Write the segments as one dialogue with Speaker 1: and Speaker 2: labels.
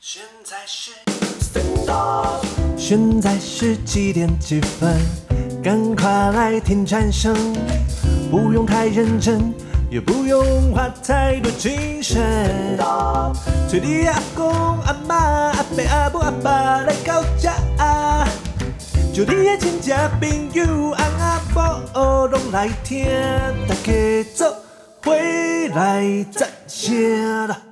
Speaker 1: 现在是，现在是几点几分？赶快来听蝉声，不用太认真，也不用花太多精神。催你阿公阿妈阿伯阿母阿爸来到家，就你的亲戚朋友翁阿婆拢来听，大家做伙来赞声啦！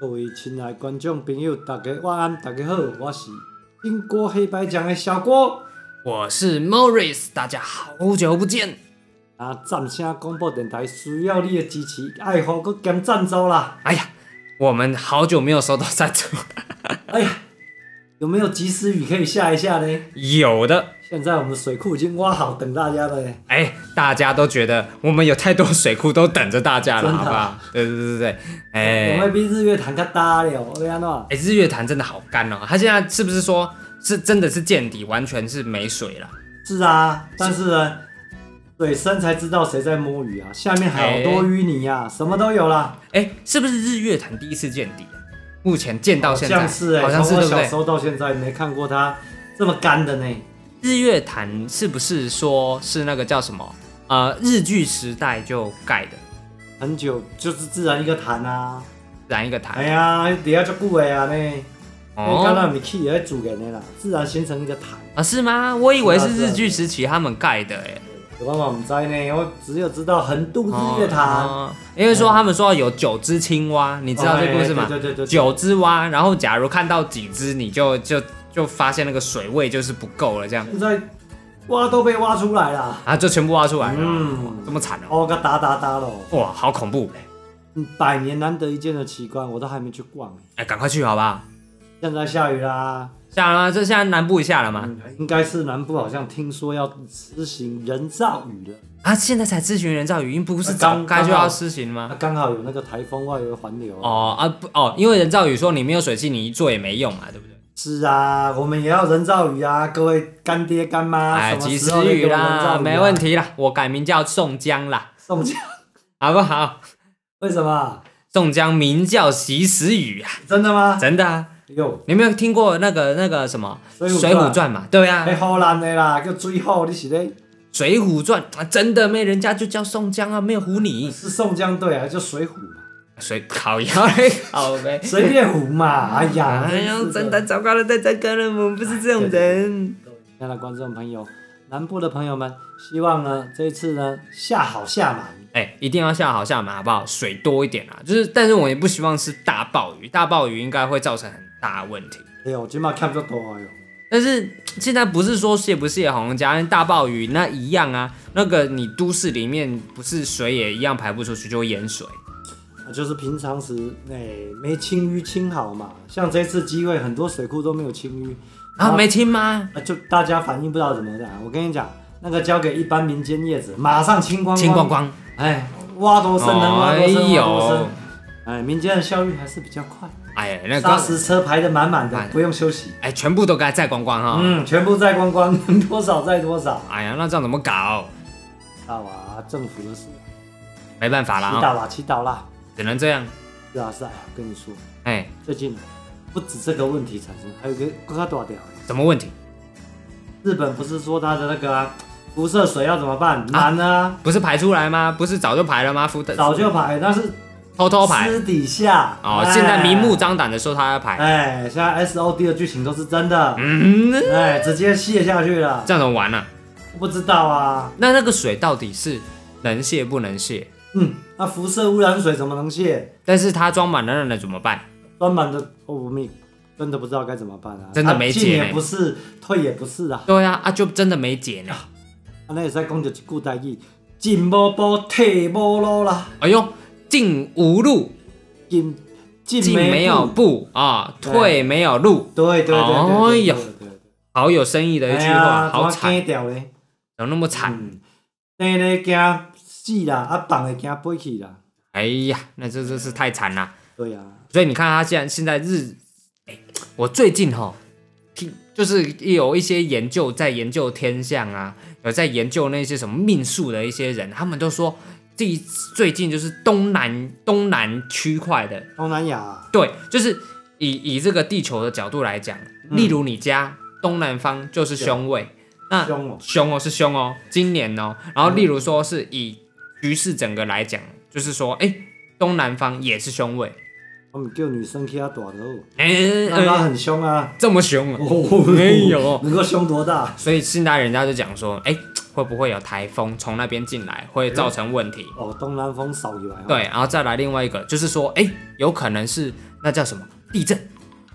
Speaker 2: 各位亲爱观众朋友，大家晚安，大家好，我是英国黑白奖的小郭。
Speaker 3: 我是 Morris，大家好久不见。
Speaker 2: 啊，赞声广播电台需要你的支持，爱护佮兼赞助啦！
Speaker 3: 哎呀，我们好久没有收到赞助，
Speaker 2: 哎呀，有没有及时雨可以下一下呢？
Speaker 3: 有的。
Speaker 2: 现在我们水库已经挖好，等大家了耶。
Speaker 3: 哎，大家都觉得我们有太多水库都等着大家了，
Speaker 2: 真的
Speaker 3: 好不好？对对对对对，
Speaker 2: 我
Speaker 3: 哎
Speaker 2: 们比日月潭较大了，我要安怎？
Speaker 3: 哎，日月潭真的好干哦，它现在是不是说是真的是见底，完全是没水了？
Speaker 2: 是啊，但是呢，水深才知道谁在摸鱼啊，下面好多淤泥啊，什么都有啦。
Speaker 3: 哎，是不是日月潭第一次见底啊？目前见到
Speaker 2: 好
Speaker 3: 现在，
Speaker 2: 像是哎、
Speaker 3: 好像是
Speaker 2: 从我
Speaker 3: 对不
Speaker 2: 小
Speaker 3: 对
Speaker 2: 时？候到现在没看过它这么干的呢。
Speaker 3: 日月潭是不是说是那个叫什么？呃，日据时代就盖的，
Speaker 2: 很久就是自然一个潭啊，
Speaker 3: 然一个潭。
Speaker 2: 哎呀，底下足久的啊呢，
Speaker 3: 哦
Speaker 2: 迄敢若毋是去的，迄自然的啦，自然形成一个潭，
Speaker 3: 啊，是吗？我以为是
Speaker 2: 是啊
Speaker 3: 日据时期他们盖的、欸，
Speaker 2: 我嘛毋知呢，我只有知道横渡啊日月
Speaker 3: 哦
Speaker 2: 潭，
Speaker 3: 哦因为说他们说有九只青蛙，你知道这故事吗？
Speaker 2: 哦对对对对对
Speaker 3: 九只蛙，然后假如看到几只，你就就就发现那个水位就是不够了，这样
Speaker 2: 现在挖都被挖出来啦，
Speaker 3: 啊，就全部挖出来了，
Speaker 2: 嗯
Speaker 3: 这么惨哦、
Speaker 2: 哦个哒哒哒咯，
Speaker 3: 哇，好恐怖！
Speaker 2: 嗯百年难得一见的奇观，我都还没去逛呢。
Speaker 3: 哎、赶快去好不好？
Speaker 2: 现在下雨啦，
Speaker 3: 下了吗？这现在南部一下了吗？
Speaker 2: 嗯应该是南部好像听说要实行人造雨了，
Speaker 3: 啊，现在才咨询人造语音，不是
Speaker 2: 啊刚
Speaker 3: 早该就
Speaker 2: 刚好
Speaker 3: 要施行
Speaker 2: 啊
Speaker 3: 吗？
Speaker 2: 刚好有那个台风外围环流，
Speaker 3: 哦啊不哦，因为人造语说你没有水汽，你一做也没用嘛，对不对？
Speaker 2: 是啊，我们也要人造雨啊，各位干爹干妈，
Speaker 3: 哎，
Speaker 2: 啊什么
Speaker 3: 及
Speaker 2: 时
Speaker 3: 时
Speaker 2: 候
Speaker 3: 雨
Speaker 2: 给我人造
Speaker 3: 啦，
Speaker 2: 雨、啊
Speaker 3: 没问。题啦，我改名叫宋江啦，
Speaker 2: 宋江，
Speaker 3: 好不好？
Speaker 2: 为什么？
Speaker 3: 宋江名叫及时雨啊，
Speaker 2: 真的吗？
Speaker 3: 真的啊！
Speaker 2: 有，
Speaker 3: 你有没有听过那个那个什么
Speaker 2: 水
Speaker 3: 《
Speaker 2: 浒
Speaker 3: 水浒
Speaker 2: 传
Speaker 3: 传》嘛？对啊，
Speaker 2: 哎，
Speaker 3: 《
Speaker 2: 好难的啦，叫最后你是咧
Speaker 3: 水浒传》啊，真的没人家就叫宋江啊，没有唬你
Speaker 2: 是宋江队啊，叫水浒嘛，
Speaker 3: 水烤鸭嘞，好呗。
Speaker 2: 随便虎 嘛，哎呀，
Speaker 3: 哎呀，真的糟糕了，太糟糕了，我们不是这种人。
Speaker 2: 亲爱的观众朋友，南部的朋友们，希望呢这一次呢下好下满，
Speaker 3: 哎、一定要下好下满，好不好？水多一点啊，就是，但是我也不希望是大暴雨，大暴雨应该会造成很大的问题。
Speaker 2: 哎呦，今嘛看不多哎呦，
Speaker 3: 但是现在不是说泄不泄洪，假如大暴雨那一样啊，那个你都市里面不是水也一样排不出去，就会淹水。
Speaker 2: 啊就是平常时哎没清淤清好嘛，像这次机会很多水库都没有清淤，
Speaker 3: 啊，没听吗？
Speaker 2: 啊，就大家反应不知道怎么的。我跟你讲，那个交给一般民间业者，马上清光
Speaker 3: 清光，光，
Speaker 2: 哎，挖多深能挖
Speaker 3: 哎
Speaker 2: 多深挖多
Speaker 3: 呦
Speaker 2: 深。，哎，民间的效率还是比较快，
Speaker 3: 哎呀，那
Speaker 2: 砂
Speaker 3: 个，
Speaker 2: 石车排的满满的
Speaker 3: 满，啊
Speaker 2: 不用休息。
Speaker 3: 哎，全部都该再光光哈、
Speaker 2: 嗯，全部载光光，能多少载多少。
Speaker 3: 哎呀，那这样怎么搞？
Speaker 2: 大娃政府的事，
Speaker 3: 没办法
Speaker 2: 祈
Speaker 3: 啦、哦
Speaker 2: 祷啦，祈祷啦。
Speaker 3: 只能这样。
Speaker 2: 是啊是啊，我跟你说，
Speaker 3: 哎，
Speaker 2: 最近不止这个问题产生，还有一个更加大条的。
Speaker 3: 什么问题？
Speaker 2: 日本不是说它的那个啊辐射水要怎么办？难啊，
Speaker 3: 不是排出来吗？不是早就排了吗？福的
Speaker 2: 早就排，但是
Speaker 3: 偷偷排。
Speaker 2: 私底下
Speaker 3: 哦，
Speaker 2: 哎
Speaker 3: 现在明目张胆的说他要排，
Speaker 2: 哎，现在 S O D 的剧情都是真的，
Speaker 3: 嗯，
Speaker 2: 哎，直接卸下去了。
Speaker 3: 这样怎么玩呢、啊？
Speaker 2: 不知道啊，
Speaker 3: 那那个水到底是能泄不能泄？
Speaker 2: 嗯，那辐射污染水怎么能卸？
Speaker 3: 但是它装满了，那能怎么办？
Speaker 2: 专门的，哦我们也真的不知道该怎么办啊，
Speaker 3: 真的没
Speaker 2: 啊
Speaker 3: 解
Speaker 2: 进也
Speaker 3: 呢
Speaker 2: 不是，退也不是啊。
Speaker 3: 对啊，啊就真的没解呢。
Speaker 2: 啊，那也在讲着一句台语，进无步，退无路啦，
Speaker 3: 哎呦，进无路，
Speaker 2: 进进
Speaker 3: 进没有
Speaker 2: 有，
Speaker 3: 步啊，
Speaker 2: 对
Speaker 3: 退没有路，
Speaker 2: 对对对对，哎
Speaker 3: 哎呀好哎有深意的一句话，好惨，
Speaker 2: 惊掉嘞，
Speaker 3: 怎么那么惨？
Speaker 2: 嗯，生咧惊死啦，啊放咧惊飞去啦，
Speaker 3: 哎呀，那这真是太惨了。
Speaker 2: 对啊，
Speaker 3: 所以你看他现在现在日，哎我最近哈，听就是有一些研究在研究天象啊，有在研究那些什么命数的一些人，他们都说最最近就是东南东南区块的，
Speaker 2: 东南亚
Speaker 3: 对，就是以以这个地球的角度来讲，
Speaker 2: 嗯
Speaker 3: 例如你家东南方就是凶位，那
Speaker 2: 凶嗯哦，
Speaker 3: 凶哦，是凶哦，今年哦。然后例如说是以局势整个来讲，就是说，哎、东南方也是凶位，
Speaker 2: 他们叫女生去遐大头，
Speaker 3: 哎、
Speaker 2: 那他
Speaker 3: 呃
Speaker 2: 很凶啊，
Speaker 3: 这么凶啊，
Speaker 2: 哦
Speaker 3: 没有
Speaker 2: 能够凶多大？
Speaker 3: 所以现在人家就讲说，哎、会不会有台风从那边进来，会造成问题？
Speaker 2: 哦，东南风扫起来，，哦
Speaker 3: 对，然后再来另外一个，就是说，哎、有可能是那叫什么地震？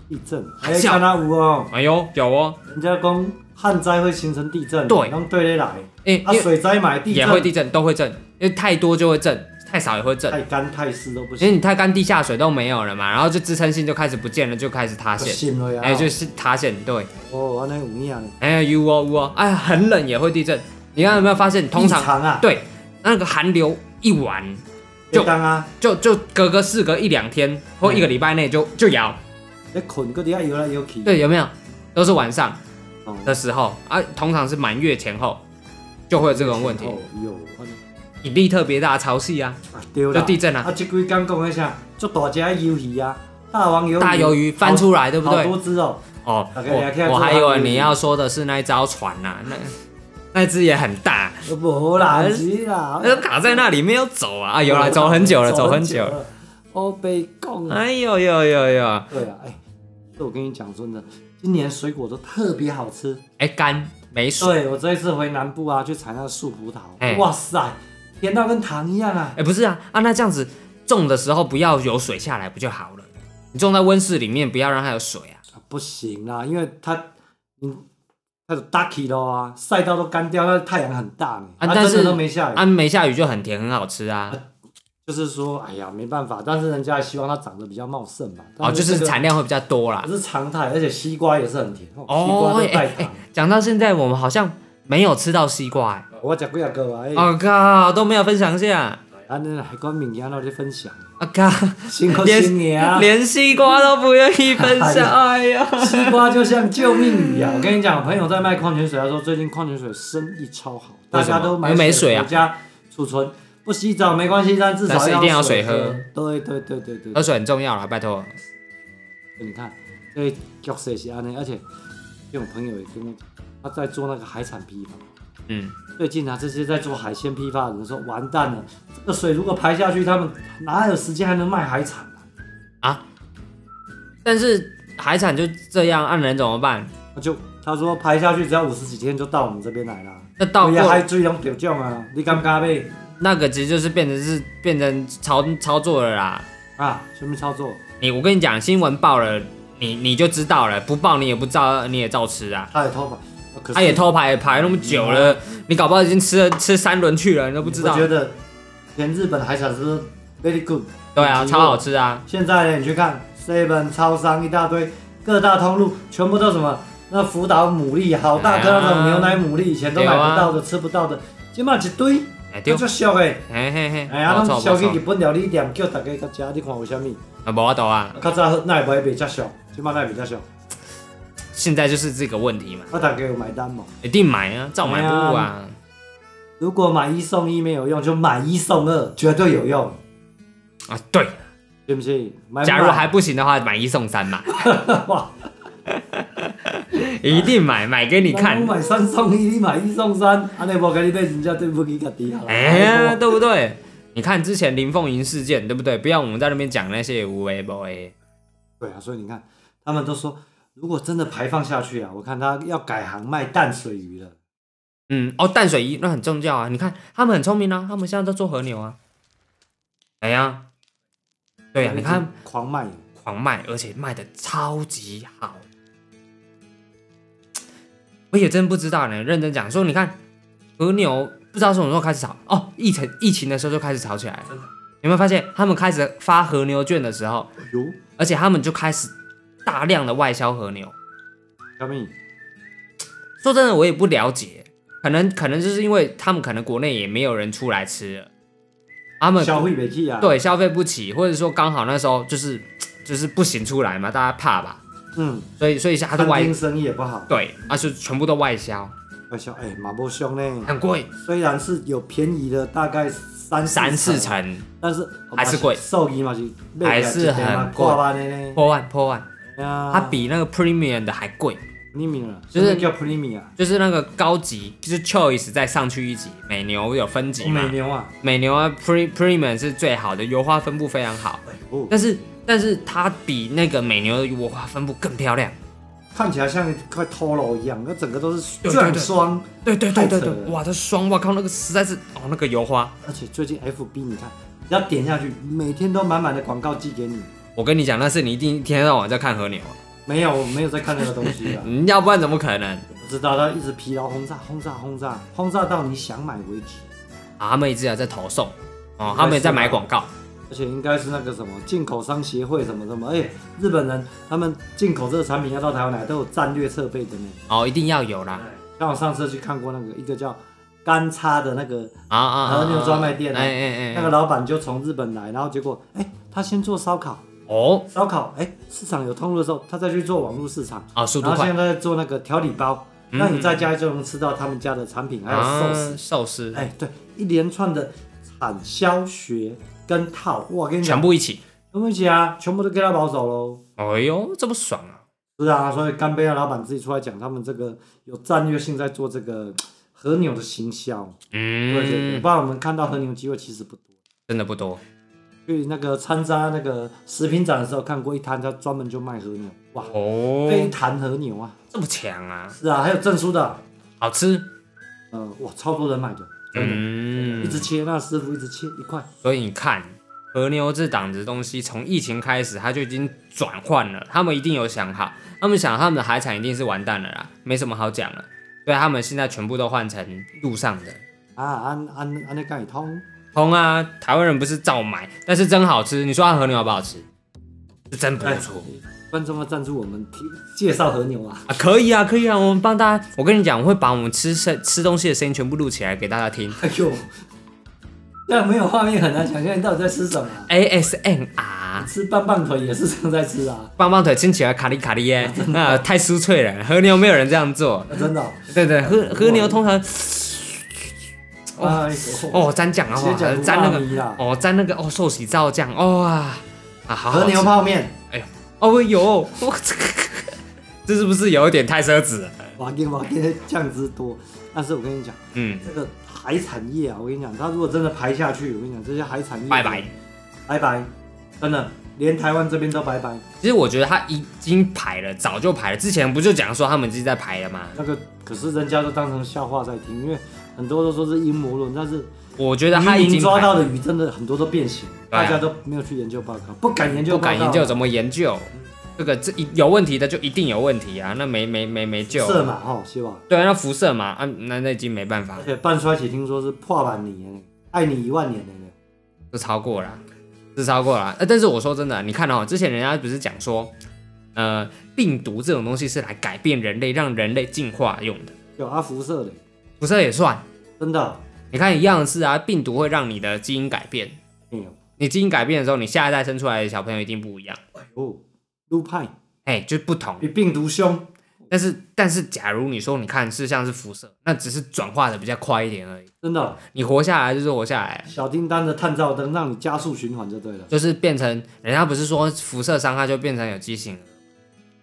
Speaker 2: 地震，
Speaker 3: 海
Speaker 2: 哎，
Speaker 3: 啸
Speaker 2: 看他有哦，
Speaker 3: 哎呦，有哦，
Speaker 2: 人家讲旱灾会形成地震，
Speaker 3: 对
Speaker 2: 用对的来，
Speaker 3: 哎、
Speaker 2: 啊，
Speaker 3: 因为
Speaker 2: 水灾买地震
Speaker 3: 也会地震，都会震，因为太多就会震，太少也会震。
Speaker 2: 太干太湿都不
Speaker 3: 因
Speaker 2: 行，
Speaker 3: 为你太干，地下水都没有了嘛，然后就支撑性就开始不见了，就开始塌
Speaker 2: 不啊
Speaker 3: 陷。
Speaker 2: 行了呀，
Speaker 3: 哎、就是塌陷，对，
Speaker 2: 哦，安尼有影呢，
Speaker 3: 哎、有哦有哦，哎，很冷也会地震。你看有没有发现，通
Speaker 2: 异
Speaker 3: 常
Speaker 2: 常啊，
Speaker 3: 对那个寒流一完，就
Speaker 2: 就当啊，
Speaker 3: 就就隔个事隔一两天或一个礼拜内就就摇，
Speaker 2: 你困搁底下摇来摇去，
Speaker 3: 对，有没有？都是晚上
Speaker 2: 哦，
Speaker 3: 的时候啊，通常是满月前后就会有这种问题
Speaker 2: 哦，，有，安尼
Speaker 3: 引力特别大，潮汐啊，
Speaker 2: 啊对
Speaker 3: 就
Speaker 2: 啦，
Speaker 3: 地震
Speaker 2: 啊，
Speaker 3: 啊，
Speaker 2: 即几天讲的啥，足大只的鱿鱼啊，大王鱿鱼，
Speaker 3: 大鱿鱼翻出来，对不
Speaker 2: 好
Speaker 3: 对？
Speaker 2: 多只哦，
Speaker 3: 哦，
Speaker 2: 大家来看
Speaker 3: 我我
Speaker 2: 这
Speaker 3: 还
Speaker 2: 个
Speaker 3: 以为
Speaker 2: 案例
Speaker 3: 你要说的是那一艘船呐、那那只也很大。
Speaker 2: 呃无 啦，不是啦，
Speaker 3: 那卡在那里没有走啊！啊，有了，走很久了，走很久了。
Speaker 2: 了。我被供了。
Speaker 3: 哎呦呦呦呦！
Speaker 2: 对啊，哎，这我跟你讲真的，今年水果都特别好吃。
Speaker 3: 哎，干没水。
Speaker 2: 对我这一次回南部啊，去采那树葡
Speaker 3: 哎
Speaker 2: 萄，哇塞，甜到跟糖一样啊！
Speaker 3: 哎，不是啊啊，那这样子种的时候不要有水下来不就好了？你种在温室里面，不要让它有水啊。
Speaker 2: 啊不行啦，因为它，嗯，它就 ducky 了啊，晒到都干掉，那太阳很大呢，
Speaker 3: 啊
Speaker 2: 它
Speaker 3: 但
Speaker 2: 真
Speaker 3: 是
Speaker 2: 的都没下雨。
Speaker 3: 啊，没下雨就很甜，很好吃啊。
Speaker 2: 就是说，哎呀，没办法，但是人家希望它长得比较茂盛嘛。
Speaker 3: 哦，就是
Speaker 2: 常，
Speaker 3: 产量会比较多啦
Speaker 2: 这。是常态，而且西瓜也是很甜，哦，西
Speaker 3: 哦
Speaker 2: 瓜，都带
Speaker 3: 哎
Speaker 2: 糖
Speaker 3: 哎。，讲到现在我们好像没有吃到西瓜哎。
Speaker 2: 我食几啊个啊，哎、
Speaker 3: 我靠，都没有分享一下。
Speaker 2: 安尼还讲物件，我咧分享，
Speaker 3: 啊靠，
Speaker 2: 辛苦
Speaker 3: 连
Speaker 2: 新年啊！
Speaker 3: 连西瓜都不愿意分享，哎呀。
Speaker 2: 西瓜就像救命雨 啊！我跟你讲，朋友在卖矿泉水，他说最近矿泉水生意超好，
Speaker 3: 为
Speaker 2: 大
Speaker 3: 什么
Speaker 2: 家都买
Speaker 3: 因为没水啊
Speaker 2: 回家储存，不洗澡没关系，但至
Speaker 3: 但
Speaker 2: 少
Speaker 3: 是一定要
Speaker 2: 水
Speaker 3: 水喝。呃
Speaker 2: 对对对对对
Speaker 3: 喝水很重要啦，拜托。
Speaker 2: 你看，这角色是安尼，而且这种朋友也跟我讲，他在做那个海产批发。
Speaker 3: 嗯，
Speaker 2: 最近啊，这些在做海鲜批发的人说，完蛋了，这个水如果排下去，他们哪有时间还能卖海产啊？
Speaker 3: 但是海产就这样，按人怎么办？
Speaker 2: 那就他说排下去只要五十几天就到我们这边来啦。
Speaker 3: 那到
Speaker 2: 也还
Speaker 3: 过
Speaker 2: 追拢钓奖啊，你敢不敢买
Speaker 3: 那个其实就是变成是变成操操作了啦。
Speaker 2: 啊？什么操作？
Speaker 3: 你我跟你讲，新闻报了，你你就知道了，不报你也不照你也照吃啊。
Speaker 2: 他也偷跑，呃可是嗯
Speaker 3: 他、也偷排排那么久了，你搞不好已经吃了吃三轮去了，你都不知道
Speaker 2: 我。觉得连日本海产是不是 very good？
Speaker 3: 对啊，
Speaker 2: 很
Speaker 3: 超好吃啊。
Speaker 2: 现在呢，你去看 seven 超商一大堆，各大通路全部都什么？那福岛牡蛎，好大颗那
Speaker 3: 哎呀
Speaker 2: 种牛奶牡蛎，以前都买
Speaker 3: 对啊
Speaker 2: 不到的、吃不到的，今嘛一堆，
Speaker 3: 哎
Speaker 2: 那
Speaker 3: 丢，
Speaker 2: 就俗诶。
Speaker 3: 嘿嘿嘿，
Speaker 2: 哎呀，
Speaker 3: 不
Speaker 2: 拢
Speaker 3: 错
Speaker 2: 烧
Speaker 3: 不
Speaker 2: 去日
Speaker 3: 错，
Speaker 2: 本料理店，叫大家甲食，你看有啥物？
Speaker 3: 啊无法度啊。
Speaker 2: 较早那也袂袂遮俗，今嘛那也袂遮俗，
Speaker 3: 现在就是这个问题嘛，
Speaker 2: 啊大家有买单无？
Speaker 3: 一定买啊，照买不误
Speaker 2: 哎
Speaker 3: 啊。
Speaker 2: 如果买一送一没有用，就买一送二，绝对有用，
Speaker 3: 啊对，
Speaker 2: 信不信？买不
Speaker 3: 假如
Speaker 2: 买
Speaker 3: 还不行的话，买一送三嘛。
Speaker 2: 哇，
Speaker 3: 一定买，买给你
Speaker 2: 那
Speaker 3: 看
Speaker 2: 我。买三送一，你买一送三，安尼无跟你对人家对不起家己啊。
Speaker 3: 哎呀，对不对？你看之前林凤营事件，对不对？不要我们在那边讲那些无为不为。
Speaker 2: 对啊，所以你看，他们都说，如果真的排放下去啊，我看他要改行卖淡水鱼了。
Speaker 3: 嗯，哦，淡水鱼那很重要啊。你看他们很聪明啊，他们现在都做和牛啊。哎呀，对呀、啊你看
Speaker 2: 狂卖，
Speaker 3: 狂卖，而且卖的超级好。我也真不知道呢，认真讲说，你看和牛不知道什么时候开始炒哦，疫情疫情的时候就开始炒起来了。有没有发现他们开始发和牛券的时候，
Speaker 2: 哎呦，
Speaker 3: 而且他们就开始大量的外销和牛。
Speaker 2: 小米，
Speaker 3: 说真的，我也不了解，可能可能就是因为他们可能国内也没有人出来吃了，他们
Speaker 2: 消费不起啊。，
Speaker 3: 对消费不起，或者说刚好那时候就是就是不行出来嘛，大家怕吧？
Speaker 2: 嗯，
Speaker 3: 所以所以他是
Speaker 2: 餐
Speaker 3: 外
Speaker 2: 厅生意也不好，
Speaker 3: 对，啊是全部都外销，
Speaker 2: 我想哎，马波兄呢，
Speaker 3: 很贵，
Speaker 2: 虽然是有便宜的大概三
Speaker 3: 三四
Speaker 2: 成，
Speaker 3: 成，
Speaker 2: 但是
Speaker 3: 还是贵
Speaker 2: 兽医嘛是啊
Speaker 3: 还是很贵
Speaker 2: 挂的呢，
Speaker 3: 破万破万，它
Speaker 2: 它
Speaker 3: 比那个 premium 的还贵，
Speaker 2: premium
Speaker 3: 就是
Speaker 2: 啊叫 premium 啊，
Speaker 3: 就是那个高级，就是 choice 再上去一级，美牛有分级嘛
Speaker 2: 美，牛啊，
Speaker 3: 美牛啊 pre premium 是最好的，油花分布非常好，
Speaker 2: 哎呦，
Speaker 3: 但是但是它比那个美牛的油花分布更漂亮。
Speaker 2: 看起来像一块骷髅一样，那整个都是
Speaker 3: 对对
Speaker 2: 钻
Speaker 3: 对
Speaker 2: 霜，
Speaker 3: 对对对
Speaker 2: 太
Speaker 3: 对对
Speaker 2: 扯了，
Speaker 3: 哇，这双，我靠，那个实在是哦，那个油花，
Speaker 2: 而且最近 FB 你看，只要点下去，每天都满满的广告寄给你。
Speaker 3: 我跟你讲，那是你一定一天到晚在看和牛啊，
Speaker 2: 没有，我没有在看那个东西 了。
Speaker 3: 嗯要不然怎么可能？
Speaker 2: 我知道他一直疲劳轰炸，轰炸，轰炸，轰炸到你想买为止。
Speaker 3: 啊，他们一直在投送，哦，他们也在买广告，
Speaker 2: 而且应该是那个什么进口商协会什么什么，哎，日本人他们进口这个产品要到台湾来都有战略设备的呢。
Speaker 3: 哦，一定要有啦，
Speaker 2: 像我上次去看过那个一个叫干叉的那个，
Speaker 3: 啊啊啊，
Speaker 2: 和
Speaker 3: 啊
Speaker 2: 牛专卖店啊
Speaker 3: 哎哎
Speaker 2: 那
Speaker 3: 哎
Speaker 2: 个
Speaker 3: 哎，
Speaker 2: 老板就从日本来，然后结果哎，他先做烧烤，
Speaker 3: 哦，
Speaker 2: 烧烤哎市场有通路的时候，他再去做网络市场，
Speaker 3: 啊，速度
Speaker 2: 然后
Speaker 3: 快
Speaker 2: 现，在在做那个调理包，
Speaker 3: 嗯
Speaker 2: 那你在家就能吃到他们家的产品，还有寿司
Speaker 3: 啊，。寿司，
Speaker 2: 哎，对，一连串的产销学跟套，我跟你讲，
Speaker 3: 全部一起，
Speaker 2: 我跟你讲，全部都给他保守喽。
Speaker 3: 哎呦，这么爽啊，
Speaker 2: 是啊，所以干杯的老板自己出来讲，他们这个有战略性在做这个和牛的行销。对对对，
Speaker 3: 嗯
Speaker 2: 不，然我们看到和牛机会其实不多。
Speaker 3: 真的不多，
Speaker 2: 去那个参加那个食品展的时候，看过一摊，他专门就卖和牛，哇，
Speaker 3: 哦，
Speaker 2: 这一坛和牛啊，
Speaker 3: 这么强啊，
Speaker 2: 是啊，还有证书的，
Speaker 3: 好吃，
Speaker 2: 呃，哇，超多人买的，真的，
Speaker 3: 嗯
Speaker 2: 一，直切，那师傅一直切一块，
Speaker 3: 所以你看，和牛这档子东西，从疫情开始，它就已经转换了。他们一定有想好，他们想他们的海产一定是完蛋了啦，没什么好讲了。所以他们现在全部都换成路上的。
Speaker 2: 啊，安安安那盖通。
Speaker 3: 红啊，台湾人不是照买，但是真好吃。你说它和牛好不好吃？是真不错、
Speaker 2: 观众要赞助我们提介绍和牛啊！
Speaker 3: 啊，可以啊，可以啊，我们帮大家。我跟你讲，我会把我们吃声吃东西的声音全部录起来给大家听。
Speaker 2: 哎呦，这样没有画面很难想象你到底在吃什么啊、
Speaker 3: ASMR，
Speaker 2: 吃棒棒腿也是这样在吃 啊，
Speaker 3: 棒棒腿听起来卡哩卡哩耶， 啊，太酥脆了。和牛没有人这样做。
Speaker 2: 啊真的哦、
Speaker 3: 对对，和和牛通常
Speaker 2: 哎呦，
Speaker 3: 哦沾酱啊，
Speaker 2: 直接
Speaker 3: 哇
Speaker 2: 讲
Speaker 3: 沾那个
Speaker 2: 个啦，
Speaker 3: 哦沾那个哦寿喜照酱哦啊啊好好
Speaker 2: 和牛
Speaker 3: 吃
Speaker 2: 泡面，
Speaker 3: 哦有 我这个这是不是有一点太奢侈了？
Speaker 2: 哇给哇给酱汁多。但是我跟你讲，
Speaker 3: 嗯，
Speaker 2: 这个海产业啊，我跟你讲，它如果真的排下去，我跟你讲，这些海产业
Speaker 3: 拜拜。
Speaker 2: 拜拜，真的连台湾这边都拜拜。
Speaker 3: 其实我觉得他已经排了，早就排了。之前不就讲说他们自己在排了吗？
Speaker 2: 那个可是人家都当成笑话在听，因为很多都说是阴谋论，但是
Speaker 3: 我觉得啊他
Speaker 2: 渔
Speaker 3: 已
Speaker 2: 民
Speaker 3: 经
Speaker 2: 抓
Speaker 3: 排
Speaker 2: 到
Speaker 3: 了，
Speaker 2: 的鱼真的很多都变形，
Speaker 3: 对啊
Speaker 2: 大家都没有去研究报告，不敢研究
Speaker 3: 不
Speaker 2: 报告，
Speaker 3: 敢研究怎么研究，这个这一有问题的就一定有问题啊，那没没没没救。
Speaker 2: 色嘛吼，是吧？
Speaker 3: 对啊，那辐射嘛，啊，那那已经没办法
Speaker 2: 而，且半衰期听说是破百年呢，爱你一万年的呢。
Speaker 3: 是超过了，是超过了。呃，但是我说真的，你看哦，之前人家不是讲说，呃，病毒这种东西是来改变人类，让人类进化用的，
Speaker 2: 有阿辐射的，
Speaker 3: 辐射也算。
Speaker 2: 真的
Speaker 3: 你看一样的是啊，病毒会让你的基因改变，
Speaker 2: 没有
Speaker 3: 你基因改变的时候，你下一代生出来的小朋友一定不一样，
Speaker 2: 哦。撸派
Speaker 3: 哎，就不同。
Speaker 2: 比病毒凶，
Speaker 3: 但是但是，假如你说你看是像是辐射，那只是转化的比较快一点而已，
Speaker 2: 真的。
Speaker 3: 你活下来就是活下来。
Speaker 2: 小叮当的探照灯让你加速循环就对了。
Speaker 3: 就是变成，人家不是说辐射伤害就变成有畸形了，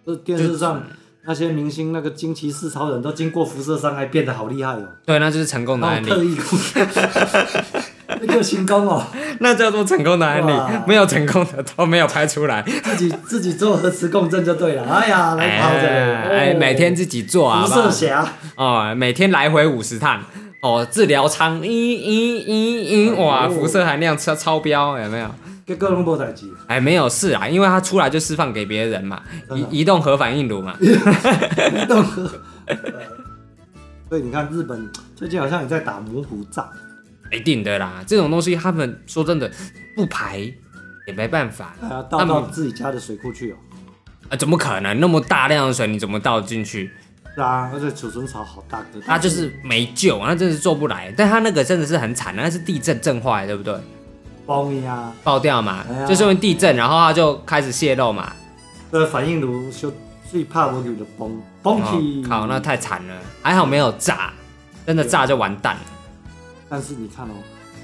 Speaker 2: 这电视上那些明星那个惊奇四超人都经过辐射伤害变得好厉害哦，
Speaker 3: 对，那就是成功的
Speaker 2: 那
Speaker 3: 案
Speaker 2: 种特异
Speaker 3: 例。
Speaker 2: 功， 那个行功哦，
Speaker 3: 那叫做成功的案
Speaker 2: 哇
Speaker 3: 例，没有成功的都没有拍 出来。
Speaker 2: 自己自己做核磁共振就对了。哎呀，来跑这个，
Speaker 3: 哎，
Speaker 2: 哦
Speaker 3: 每天自己做啊，
Speaker 2: 辐
Speaker 3: 好不好
Speaker 2: 射侠，
Speaker 3: 哦，每天来回五十趟。哦，治疗舱，咦咦咦咦，哇，
Speaker 2: 哦
Speaker 3: 辐射含量超超标，有没有？
Speaker 2: 跟各种波代机，
Speaker 3: 哎，没有事啊，因为它出来就释放给别人嘛，
Speaker 2: 真的
Speaker 3: 移移动核反应炉嘛。
Speaker 2: 动核。 所以你看，日本最近好像也在打模糊仗，
Speaker 3: 一定的啦，这种东西他们说真的不排也没办法
Speaker 2: 大家倒
Speaker 3: 他们
Speaker 2: 到自己家的水库去哦。
Speaker 3: 啊，怎么可能那么大量的水你怎么倒进去？
Speaker 2: 是啊，而且储存槽好大个，
Speaker 3: 他啊就是没救，那真的是做不来。但他那个真的是很惨，那是地震震坏，对不对？
Speaker 2: 崩呀，
Speaker 3: 爆掉嘛
Speaker 2: 哎呀，
Speaker 3: 就是因为地震，然后它就开始泄漏嘛。
Speaker 2: 呃这反应炉修水拍无入就崩崩
Speaker 3: 哦
Speaker 2: 去。
Speaker 3: 靠，那太惨了，还好没有炸，真的炸就完蛋了。
Speaker 2: 但是你看哦，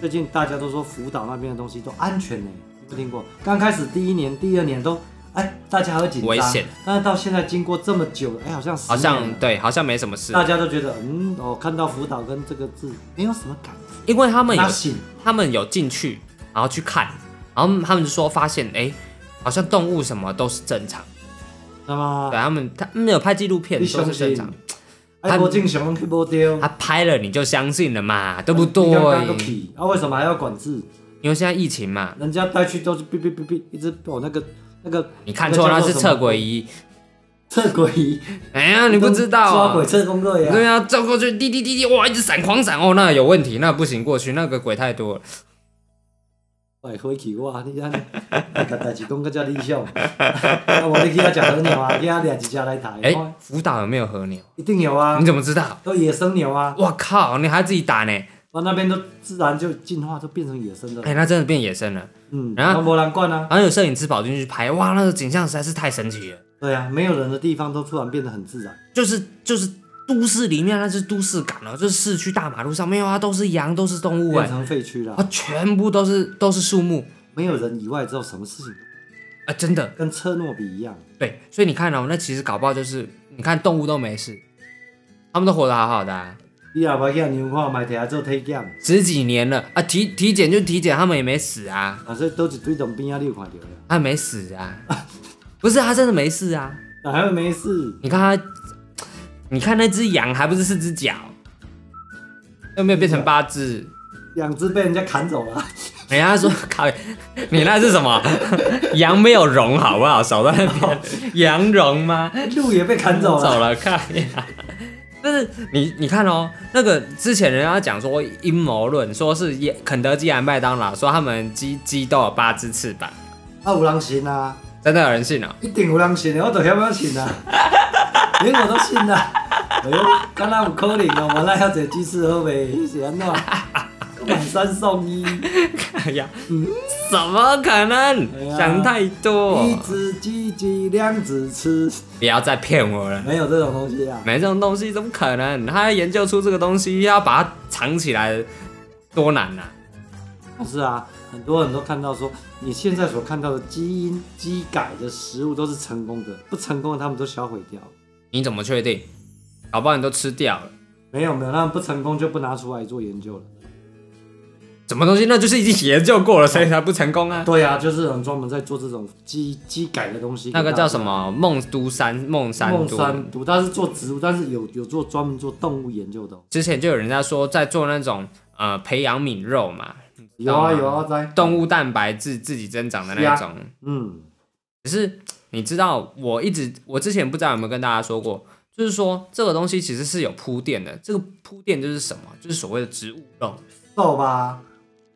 Speaker 2: 最近大家都说福岛那边的东西都安全呢，有没有听过？刚开始第一年、第二年都，哎，大家还会紧张，
Speaker 3: 危险
Speaker 2: 但是到现在经过这么久了，哎，好像十
Speaker 3: 好
Speaker 2: 年
Speaker 3: 像
Speaker 2: 了，
Speaker 3: 对，好像没什么事，
Speaker 2: 大家都觉得，嗯，我、看到福岛跟这个字没有什么感觉，
Speaker 3: 因为他们有
Speaker 2: 那行，
Speaker 3: 他们有进去，然后去看，然后他们就说发现，哎、好像动物什么都是正常。
Speaker 2: 那么
Speaker 3: 对他们，他们有拍纪录片，
Speaker 2: 你
Speaker 3: 都
Speaker 2: 相
Speaker 3: 是正常
Speaker 2: 信。？爱哎国敬雄去无丢，
Speaker 3: 他拍了你就相信了嘛，对不欸对
Speaker 2: 你？刚刚个屁，啊，为什么还要管制？
Speaker 3: 因为现在疫情嘛，
Speaker 2: 人家带去都是哔哔哔哔，一直哦那个那个，
Speaker 3: 你看错那
Speaker 2: 个叫
Speaker 3: 是
Speaker 2: 做什么
Speaker 3: 测鬼仪。
Speaker 2: 测鬼仪，
Speaker 3: 哎呀，你不知道
Speaker 2: 抓
Speaker 3: 啊、
Speaker 2: 鬼测功课呀？
Speaker 3: 对啊，照过去滴滴滴滴，哇，一直闪狂闪哦，那有问题，那不行，过去那个鬼太
Speaker 2: 哦
Speaker 3: 多了。
Speaker 2: 百回去哇！你 安尼，你甲代志讲到遮理想，啊无你去遐食河牛啊，去遐掠一只来杀，
Speaker 3: 哎、
Speaker 2: 看
Speaker 3: 福岛有没有和牛？
Speaker 2: 一定有啊
Speaker 3: 你，怎么知道？
Speaker 2: 都野生牛啊，
Speaker 3: 我靠，你还自己打呢？
Speaker 2: 我那边都自然就进化，都变成野生的
Speaker 3: 哎、，那真的变野生了。
Speaker 2: 嗯，
Speaker 3: 然
Speaker 2: 那
Speaker 3: 后
Speaker 2: 无人管啊，
Speaker 3: 然后有摄影师跑进去拍，哇，那个景象实在是太神奇了。
Speaker 2: 对啊，没有人的地方都突然变得很自然，
Speaker 3: 就是就是都市里面，那是都市感哦，就是市区大马路上没有啊，都是羊，都是动物
Speaker 2: 变
Speaker 3: 哎、
Speaker 2: 成废墟
Speaker 3: 啊
Speaker 2: 了，，
Speaker 3: 全部都是都是树木
Speaker 2: 没有人以外之后，什么事情
Speaker 3: 啊，真的
Speaker 2: 跟车诺比一样，
Speaker 3: 对，所以你看哦，那其实搞不好就是你看动物都没事，他们都活得好好的、啊，
Speaker 2: 你也别去遐牛看，买摕来做体检，
Speaker 3: 十几年了啊，体体检就体检，他们也没死啊，
Speaker 2: 啊，所以都一堆从边啊，你有看到呀，
Speaker 3: 他没死啊，不是他真的没事啊，
Speaker 2: 哪有没事？
Speaker 3: 你看他，你看那只羊还不是四只脚，又没有变成八只。
Speaker 2: 两只被人家砍走了，
Speaker 3: 人家说靠， 你那是什么？ 羊没有绒好不好？少在那 边，羊绒吗？
Speaker 2: 鹿也被砍走
Speaker 3: 走
Speaker 2: 了，
Speaker 3: 了，看呀。但是你你看哦，那个之前人家讲说阴谋论，说是也肯德基还麦当劳说他们鸡鸡都有八只翅膀，
Speaker 2: 啊，有人信啊。
Speaker 3: 真的有人信哦？
Speaker 2: 一定有人信的，我都晓要信啦，连我都信啦。哎呦，敢若有可能哦、原来遐侪鸡翅好卖，是安怎？买三送一，
Speaker 3: 哎呀，怎么可能？
Speaker 2: 哎呀
Speaker 3: 想太多，
Speaker 2: 一只鸡鸡两只吃，
Speaker 3: 不要再骗我了。
Speaker 2: 没有这种东西啊。
Speaker 3: 没这种东西，怎么可能？他要研究出这个东西，要把它藏起来，多难啊呐、
Speaker 2: 是啊，很多人都看到说，你现在所看到的基因基改的食物都是成功的，不成功的他们都销毁掉。
Speaker 3: 你怎么确定？搞不好你都吃掉了，
Speaker 2: 没有没有，他们不成功就不拿出来做研究了。
Speaker 3: 什么东西？那就是已经研究过了，所以才不成功啊。
Speaker 2: 对啊，就是有人专门在做这种基基改的东西。
Speaker 3: 那个叫什？么梦都山梦山
Speaker 2: 孟
Speaker 3: 都，
Speaker 2: 山毒，它是做植物，但是有有做专门做动物研究的哦、
Speaker 3: 之前就有人在说在做那种呃培养皿肉嘛，
Speaker 2: 有啊
Speaker 3: 懂啊
Speaker 2: 有啊，在
Speaker 3: 动物蛋白质自己增长的
Speaker 2: 是
Speaker 3: 那
Speaker 2: 啊
Speaker 3: 种。
Speaker 2: 嗯，
Speaker 3: 可是你知道，我一直我之前不知道有没有跟大家说过，就是说这个东西其实是有铺垫的。这个铺垫就是什么？就是所谓的植物肉。
Speaker 2: 瘦吧，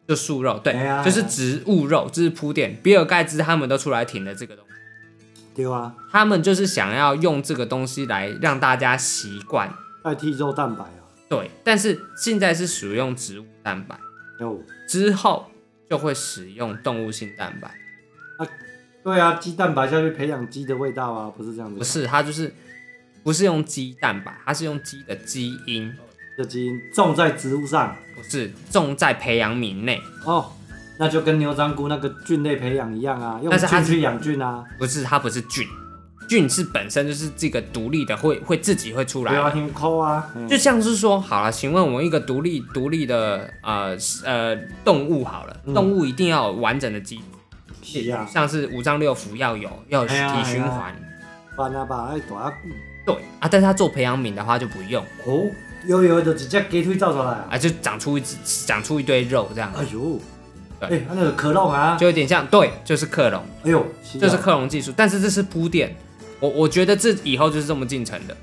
Speaker 3: 就素肉，对，
Speaker 2: 哎呀
Speaker 3: 就是植物肉，就是铺垫。比尔盖茨他们都出来挺了这个东西，
Speaker 2: 对啊，
Speaker 3: 他们就是想要用这个东西来让大家习惯。
Speaker 2: 代替肉蛋白啊，
Speaker 3: 对，但是现在是使用植物蛋白，
Speaker 2: 有，
Speaker 3: 之后就会使用动物性蛋白。
Speaker 2: 对啊，鸡蛋白下去培养鸡的味道啊，不是这样子，
Speaker 3: 不是，它就是不是用鸡蛋白，它是用鸡的基因，
Speaker 2: 的基因种在植物上
Speaker 3: 不是种在培养皿内，
Speaker 2: 哦，那就跟牛樟菇那个菌类培养一样啊，用
Speaker 3: 但是它
Speaker 2: 菌
Speaker 3: 是
Speaker 2: 去养菌啊，
Speaker 3: 不是它不是菌，菌是本身就是这个独立的，会会自己会出来
Speaker 2: 对
Speaker 3: 的
Speaker 2: 啊，挺抠啊，嗯
Speaker 3: 就像是说，好了，请问我们一个独立独立的呃呃动物好了，动物一定要有完整的基
Speaker 2: 是啊，
Speaker 3: 像是五脏六腑要有，要有
Speaker 2: 哎呀
Speaker 3: 体循
Speaker 2: 哎呀
Speaker 3: 环，
Speaker 2: 翻啊吧，爱大啊骨，
Speaker 3: 对啊，但是它做培养皿的话就不用
Speaker 2: 哦，有有的直接鸡腿造出来啊，
Speaker 3: 啊，就长出一只长出一堆肉这样，
Speaker 2: 哎呦，
Speaker 3: 对
Speaker 2: 哎，那个壳弄啊，
Speaker 3: 就有点像对，就是克隆，
Speaker 2: 哎呦，是啊
Speaker 3: 就是克隆技术，但是这是铺垫，我我觉得这以后就是这么进程的，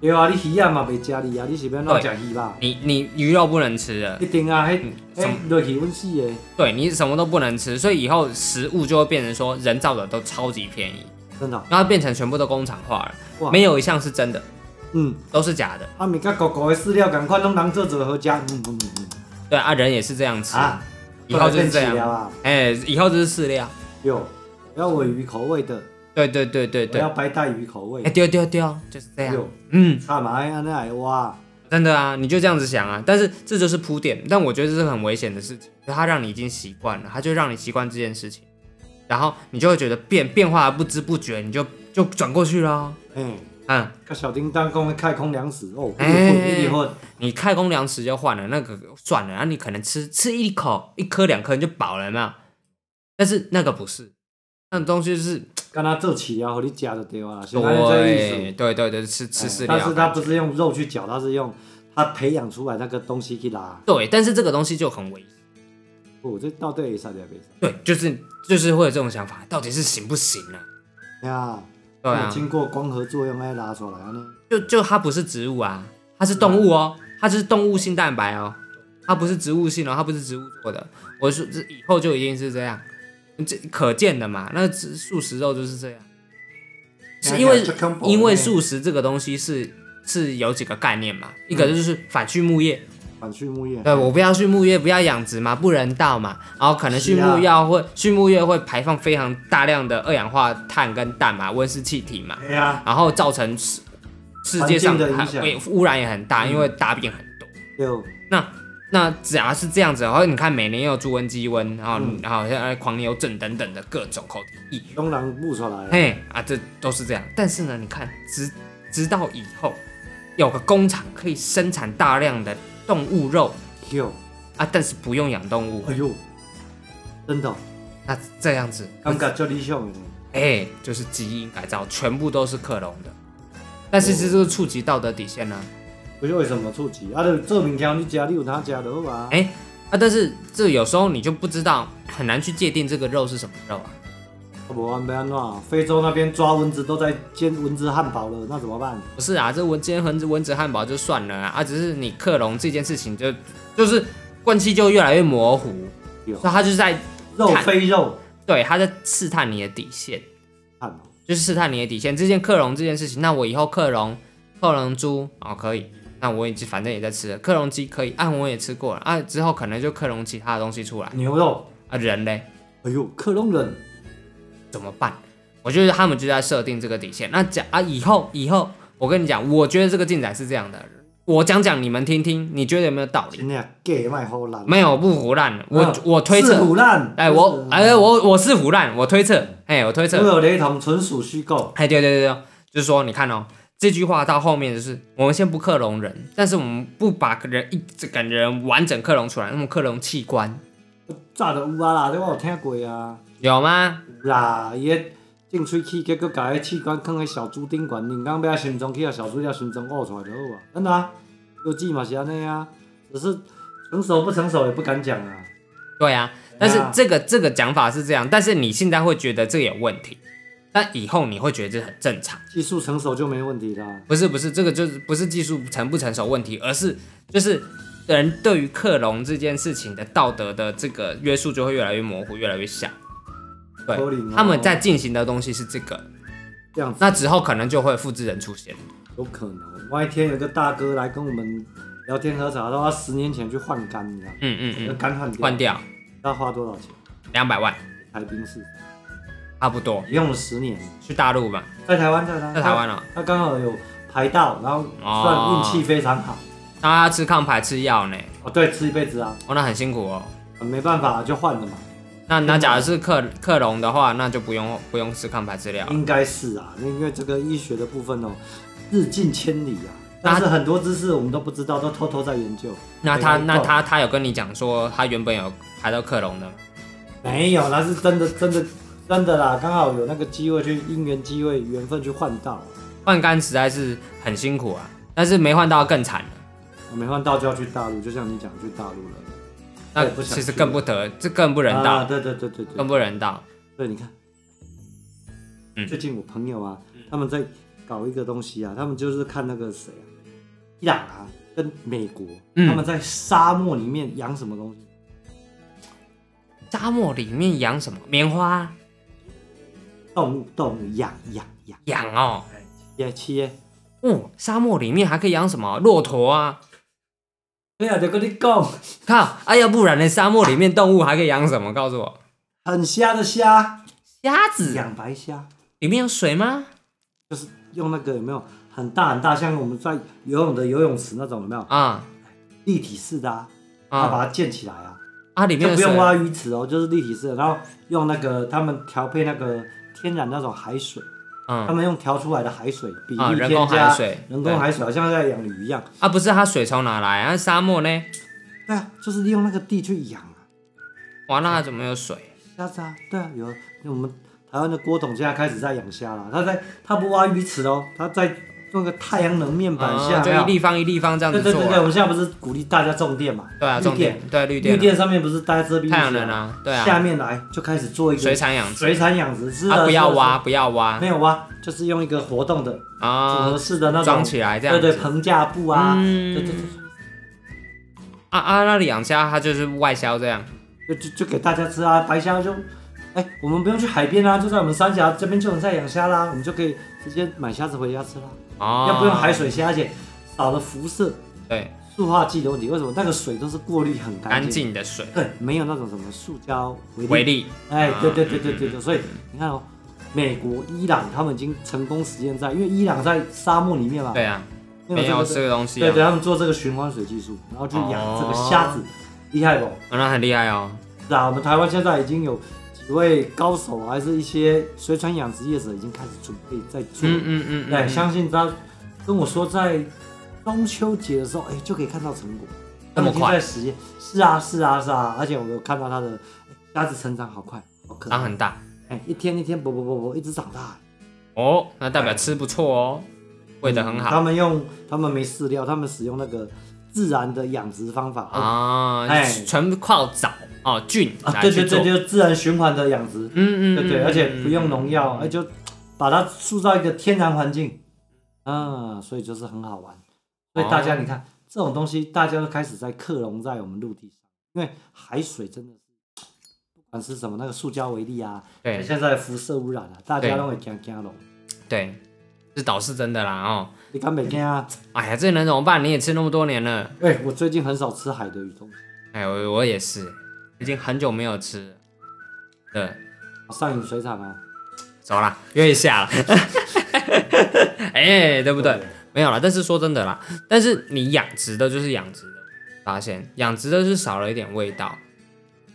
Speaker 2: 对啊，你鱼啊嘛袂食你啊，你是要哪食鱼吧？
Speaker 3: 你你鱼肉不能吃了，
Speaker 2: 一定啊，迄
Speaker 3: 嗯什么
Speaker 2: 迄落去阮死的，
Speaker 3: 对你什么都不能吃，所以以后食物就会变成说人造的都超级便宜，
Speaker 2: 真的哦。
Speaker 3: 然后变成全部都工厂化了。
Speaker 2: 哇
Speaker 3: 没有一项是真的，
Speaker 2: 嗯，
Speaker 3: 都是假的。
Speaker 2: 啊，咪甲狗狗的饲料共款，拢人做做好食。嗯嗯嗯嗯。
Speaker 3: 对啊，人也是这样吃，
Speaker 2: 啊，
Speaker 3: 以后就是这
Speaker 2: 变饲料
Speaker 3: 样。
Speaker 2: 啊。
Speaker 3: 哎、以后就是饲料。
Speaker 2: 有，要尾鱼口味的，
Speaker 3: 对对对对
Speaker 2: 我
Speaker 3: 对，
Speaker 2: 要白带鱼口味
Speaker 3: 哎，。丢丢丢，就是这样
Speaker 2: 哟。
Speaker 3: 嗯，
Speaker 2: 差嘛哎，安那哇，
Speaker 3: 真的啊，你就这样子想啊，但是这就是铺垫，但我觉得这是很危险的事情，就它让你已经习惯了，它就让你习惯这件事情，然后你就会觉得变变化不知不觉，你就就转过去了。
Speaker 2: 哎，
Speaker 3: 嗯，
Speaker 2: 个小叮当讲开空粮食哦，一直
Speaker 3: 哎
Speaker 2: 混一直混，
Speaker 3: 你开工粮食就换了，那个算了，然后你可能吃吃一口一颗两颗你就饱了嘛，但是那个不是，那种东西就是
Speaker 2: 跟他做起啊，和你夹就对啊，是安尼这个意思。
Speaker 3: 对对对对，吃吃饲
Speaker 2: 但
Speaker 3: 料
Speaker 2: 是。它不是用肉去搅，它是用它培养出来那个东西去拉。
Speaker 3: 对，但是这个东西就很危险。
Speaker 2: 哦，这到底会使袂使？
Speaker 3: 对，就是就是会有这种想法，到底是行不行呢、
Speaker 2: 哎呀，
Speaker 3: 对
Speaker 2: 没有
Speaker 3: 啊，
Speaker 2: 经过光合作用来拉出来安尼。
Speaker 3: 就就它不是植物啊，它是动物哦，它是动物性蛋白哦，它不是植物性哦，它不是植物做的。我说这以后就一定是这样，这可见的嘛。那植素食肉就是这样，是因为
Speaker 2: 这样
Speaker 3: 因为素食这个东西是是有几个概念嘛，一
Speaker 2: 嗯
Speaker 3: 个就是反畜牧业，
Speaker 2: 反畜牧业，
Speaker 3: 对，我不要畜牧业，不要养殖嘛，不人道嘛。然后可能畜
Speaker 2: 是
Speaker 3: 牧
Speaker 2: 啊
Speaker 3: 药会、畜牧业会排放非常大量的二氧化碳跟氮嘛，温室气体嘛，
Speaker 2: 哎呀，
Speaker 3: 然后造成世世界上
Speaker 2: 环境的
Speaker 3: 还
Speaker 2: 影响嗯
Speaker 3: 会污染也很大，因为大便很多。
Speaker 2: 就
Speaker 3: 那只要是这样子，然后你看每年又有猪瘟、鸡瘟，然后、
Speaker 2: 嗯
Speaker 3: 然后现在狂牛症等等的各种口蹄疫，
Speaker 2: 当然悟出来了。
Speaker 3: 嘿啊，这都是这样。但是呢，你看，直直到以后有个工厂可以生产大量的动物肉
Speaker 2: 哟，
Speaker 3: 啊，但是不用养动物。
Speaker 2: 哎呦，真的哦，
Speaker 3: 那这样子，
Speaker 2: 感觉足理想的呢。
Speaker 3: 哎、就是基因改造，全部都是克隆的。但是这就是触及道德底线呢、
Speaker 2: 不是为什么触及？啊，就做物件你食，你有他食就好啊。
Speaker 3: 哎啊。但是这有时候你就不知道，很难去界定这个肉是什么肉啊。
Speaker 2: 啊无安要安怎？非洲那边抓蚊子都在煎蚊子汉堡了，那怎么办？
Speaker 3: 不是啊，这蚊今天蚊子蚊子汉堡就算了啊，啊只是你克隆这件事情就就是关系就越来越模糊，
Speaker 2: 有
Speaker 3: 所以他就是在
Speaker 2: 肉
Speaker 3: 看
Speaker 2: 非肉
Speaker 3: 对他在试探你的底线，
Speaker 2: 汉哦，
Speaker 3: 就是试探你的底线。这件克隆这件事情，那我以后克隆克隆猪哦可以，那我已经反正也在吃了。克隆鸡可以，啊我也吃过了啊，之后可能就克隆其他的东西出来
Speaker 2: 牛肉，
Speaker 3: 啊，人嘞
Speaker 2: 哎呦，克隆人。
Speaker 3: 怎么办？我觉得他们就在设定这个底线。那讲啊，以后以后我跟你讲，我觉得这个进展是这样的，我讲讲你们听听，你觉得有没有道理？
Speaker 2: 真的假卖好烂，
Speaker 3: 没有不胡乱，我、
Speaker 2: 嗯
Speaker 3: 我推
Speaker 2: 是
Speaker 3: 测，
Speaker 2: 腐烂。
Speaker 3: 哎我哎我我是胡乱，我推测，哎我推测
Speaker 2: 所，有雷同纯属虚构。
Speaker 3: 哎，对对对对，就是说，你看哦，这句话到后面就是，我们先不克隆人，但是我们不把人一整个人完整克隆出来，那么克隆器官
Speaker 2: 早就有啊啦，这我有听过啊。
Speaker 3: 有吗？
Speaker 2: 有啦，伊个种喙齿，结果甲个器官放喺小猪顶悬，人工要心脏去啊，小猪要心脏挖出来就好啊。真的啊，幼稚嘛是安尼啊，只是成熟不成熟也不敢讲啊。
Speaker 3: 对啊，但是
Speaker 2: 对啊
Speaker 3: 这个这个讲法是这样，但是你现在会觉得这有问题，但以后你会觉得这很正常。
Speaker 2: 技术成熟就没问题啦。
Speaker 3: 不是不是，这个就是不是技术成不成熟问题，而是就是人对于克隆这件事情的道德的这个约束就会越来越模糊，越来越小。对
Speaker 2: 合理吗，
Speaker 3: 他们在进行的东西是这个，
Speaker 2: 这样子
Speaker 3: 那之后可能就会复制人出现。
Speaker 2: 有可能。万一天有个大哥来跟我们聊天喝茶，他说他十年前去换肝，你知道吗，
Speaker 3: 嗯嗯
Speaker 2: 要
Speaker 3: 嗯，
Speaker 2: 肝换掉，
Speaker 3: 换掉
Speaker 2: 要花多少钱？
Speaker 3: 两百万，
Speaker 2: 台冰室
Speaker 3: 差不多。
Speaker 2: 用了十年。
Speaker 3: 去大陆吧，
Speaker 2: 在台湾，在台湾，
Speaker 3: 在台湾了、啊
Speaker 2: 他刚好有排到，然后
Speaker 3: 哦
Speaker 2: 算运气非常好。
Speaker 3: 他吃抗排吃药呢，
Speaker 2: 哦，对，吃一辈子啊，
Speaker 3: 哦，那很辛苦哦。
Speaker 2: 没办法就换了嘛，
Speaker 3: 那那假如是克克隆的话，那就不用不用吃抗排治疗。
Speaker 2: 应该是啊，因为这个医学的部分哦，日进千里啊，但是很多知识我们都不知道，都偷偷在研究。
Speaker 3: 那他
Speaker 2: 没有
Speaker 3: 那他他有跟你讲说他原本有排到克隆的吗？
Speaker 2: 没有，那是真的真的 真的啦，刚好有那个机会去因缘机会缘分去换到，
Speaker 3: 换肝实在是很辛苦啊，但是没换到更惨了。
Speaker 2: 没换到就要去大陆，就像你讲去大陆了，
Speaker 3: 那
Speaker 2: 对不想
Speaker 3: 其实
Speaker 2: 去
Speaker 3: 更不得，这更不人道，
Speaker 2: 啊，对对对对对，
Speaker 3: 更不人道。
Speaker 2: 对，你看，
Speaker 3: 嗯
Speaker 2: 最近我朋友啊，他们在搞一个东西啊，他们就是看那个谁啊，伊朗啊跟美国，
Speaker 3: 嗯
Speaker 2: 他们在沙漠里面养什么东西？
Speaker 3: 沙漠里面养什么？棉花
Speaker 2: 动物，动物养养养，
Speaker 3: 养哦，
Speaker 2: 也切。
Speaker 3: 哦，沙漠里面还可以养什么？骆驼啊！哎
Speaker 2: 对啊，就跟你讲，
Speaker 3: 靠，哎呀，不然呢？沙漠里面动物还可以养什么？告诉我，
Speaker 2: 很瞎的虾，
Speaker 3: 虾子、
Speaker 2: 养白虾，
Speaker 3: 里面有水吗？
Speaker 2: 用那个有没有很大很大，像我们在游泳的游泳池那种有没有
Speaker 3: 啊
Speaker 2: 立体式的啊？他
Speaker 3: 啊
Speaker 2: 把它建起来啊，
Speaker 3: 啊！里面
Speaker 2: 就不
Speaker 3: 有水
Speaker 2: 用挖鱼池哦，就是立体式的，然后用那个他们调配那个天然那种海水，他
Speaker 3: 嗯
Speaker 2: 们用调出来的海水比
Speaker 3: 啊，
Speaker 2: 例
Speaker 3: 人
Speaker 2: 添
Speaker 3: 工海
Speaker 2: 加
Speaker 3: 水，
Speaker 2: 人
Speaker 3: 对
Speaker 2: 工海水，好像在养鱼一样。
Speaker 3: 啊，不是它水从哪来啊？沙漠呢？
Speaker 2: 对啊，就是利用那个地去养啊。
Speaker 3: 哇，那怎么有水？
Speaker 2: 虾子啊，对啊，有我们台湾的郭董现在开始在养虾了，他在他不挖鱼池哦，他在用个太阳能面板下，
Speaker 3: 啊，就
Speaker 2: 有没有
Speaker 3: 一立方一立方这样
Speaker 2: 对
Speaker 3: 子
Speaker 2: 对
Speaker 3: 做
Speaker 2: 对对，我
Speaker 3: 啊，
Speaker 2: 们现在不是鼓励大家种电嘛？
Speaker 3: 对啊，
Speaker 2: 绿
Speaker 3: 重点对绿
Speaker 2: 绿
Speaker 3: 电啊
Speaker 2: 电上面不是大家遮蔽
Speaker 3: 太阳能啊，对
Speaker 2: 下
Speaker 3: 啊，
Speaker 2: 面来就开始做一个
Speaker 3: 水产养殖
Speaker 2: 水产养殖，是的
Speaker 3: 啊，不要，挖
Speaker 2: 是
Speaker 3: 不要
Speaker 2: 的
Speaker 3: 挖
Speaker 2: 没有挖，就是用一个活动的组
Speaker 3: 啊
Speaker 2: 合，式的那种，
Speaker 3: 装起来这样
Speaker 2: 对
Speaker 3: 子。
Speaker 2: 对，棚架布啊，
Speaker 3: 嗯
Speaker 2: 对对对
Speaker 3: 啊啊，那里养虾它就是外销这样
Speaker 2: 对，就就就给大家吃啊，白虾就。哎，我们不用去海边啊啦、就在我们三峡这边就能在养虾啦，我们就可以直接买虾子回家吃啦。
Speaker 3: 哦，
Speaker 2: 要不用海水虾，而且少了辐射、
Speaker 3: 对
Speaker 2: 塑化剂的问题。为什么那个水都是过滤很
Speaker 3: 干
Speaker 2: 干净？
Speaker 3: 净的水
Speaker 2: 对，没有那种什么塑胶
Speaker 3: 为
Speaker 2: 微粒。
Speaker 3: 例，
Speaker 2: 哎，对对对对对对，所以你看哦，美国、伊朗他们已经成功实验在，因为伊朗在沙漠里面嘛，
Speaker 3: 对啊，
Speaker 2: 那
Speaker 3: 没
Speaker 2: 这
Speaker 3: 有
Speaker 2: 个
Speaker 3: 这个东西啊，
Speaker 2: 对对，他们做这个循环水技术，然后去养这个虾子，厉害不？
Speaker 3: 哦那很厉害哦，
Speaker 2: 是啊，我们台湾现在已经有几位高手，啊还是一些水产养殖业者已经开始准备在做
Speaker 3: 嗯嗯嗯，
Speaker 2: 对，
Speaker 3: 嗯
Speaker 2: 相信他跟我说，在中秋节的时候，哎、就可以看到成果。
Speaker 3: 这
Speaker 2: 他们
Speaker 3: 么
Speaker 2: 已经
Speaker 3: 快
Speaker 2: 在实验？是啊，是啊，是啊。而且我有看到他的哎虾子成长好快，好可爱。
Speaker 3: 长啊很大
Speaker 2: 哎、一天一天，啵啵啵啵，一直长大。
Speaker 3: 哦，那代表吃不错哦，喂的很
Speaker 2: 他
Speaker 3: 好
Speaker 2: 们用他们没饲料，他们使用那个自然的养殖方法啊
Speaker 3: 啊
Speaker 2: 哎，
Speaker 3: 全部靠藻哦菌来
Speaker 2: 啊对
Speaker 3: 去
Speaker 2: 对
Speaker 3: 做
Speaker 2: 对，，就是自然循环的养殖。
Speaker 3: 嗯嗯，
Speaker 2: 对对，
Speaker 3: 嗯
Speaker 2: 而且
Speaker 3: 嗯
Speaker 2: 不用农药，哎、就把它塑造一个天然环境，啊，所以就是很好玩。所以大家
Speaker 3: 哦
Speaker 2: 你看、这种东西，大家都开始在克隆在我们陆地上，因为海水真的是不管是什么那个塑胶微粒啊，
Speaker 3: 对
Speaker 2: 现在的辐射污染啊，大
Speaker 3: 对
Speaker 2: 家都会惊惊咯。
Speaker 3: 对，这倒是真的啦哦，
Speaker 2: 你敢没惊啊？
Speaker 3: 哎呀，这能怎么办？你也吃那么多年了，
Speaker 2: 哎、我最近很少吃海的鱼东西，
Speaker 3: 哎，我我也是，已经很久没有吃了，对。
Speaker 2: 上瘾水产啊，
Speaker 3: 走啦，约一下啦。 哎、对不对？没有啦，但是说真的啦，但是你养殖的就是养殖的，发现养殖的是少了一点味道。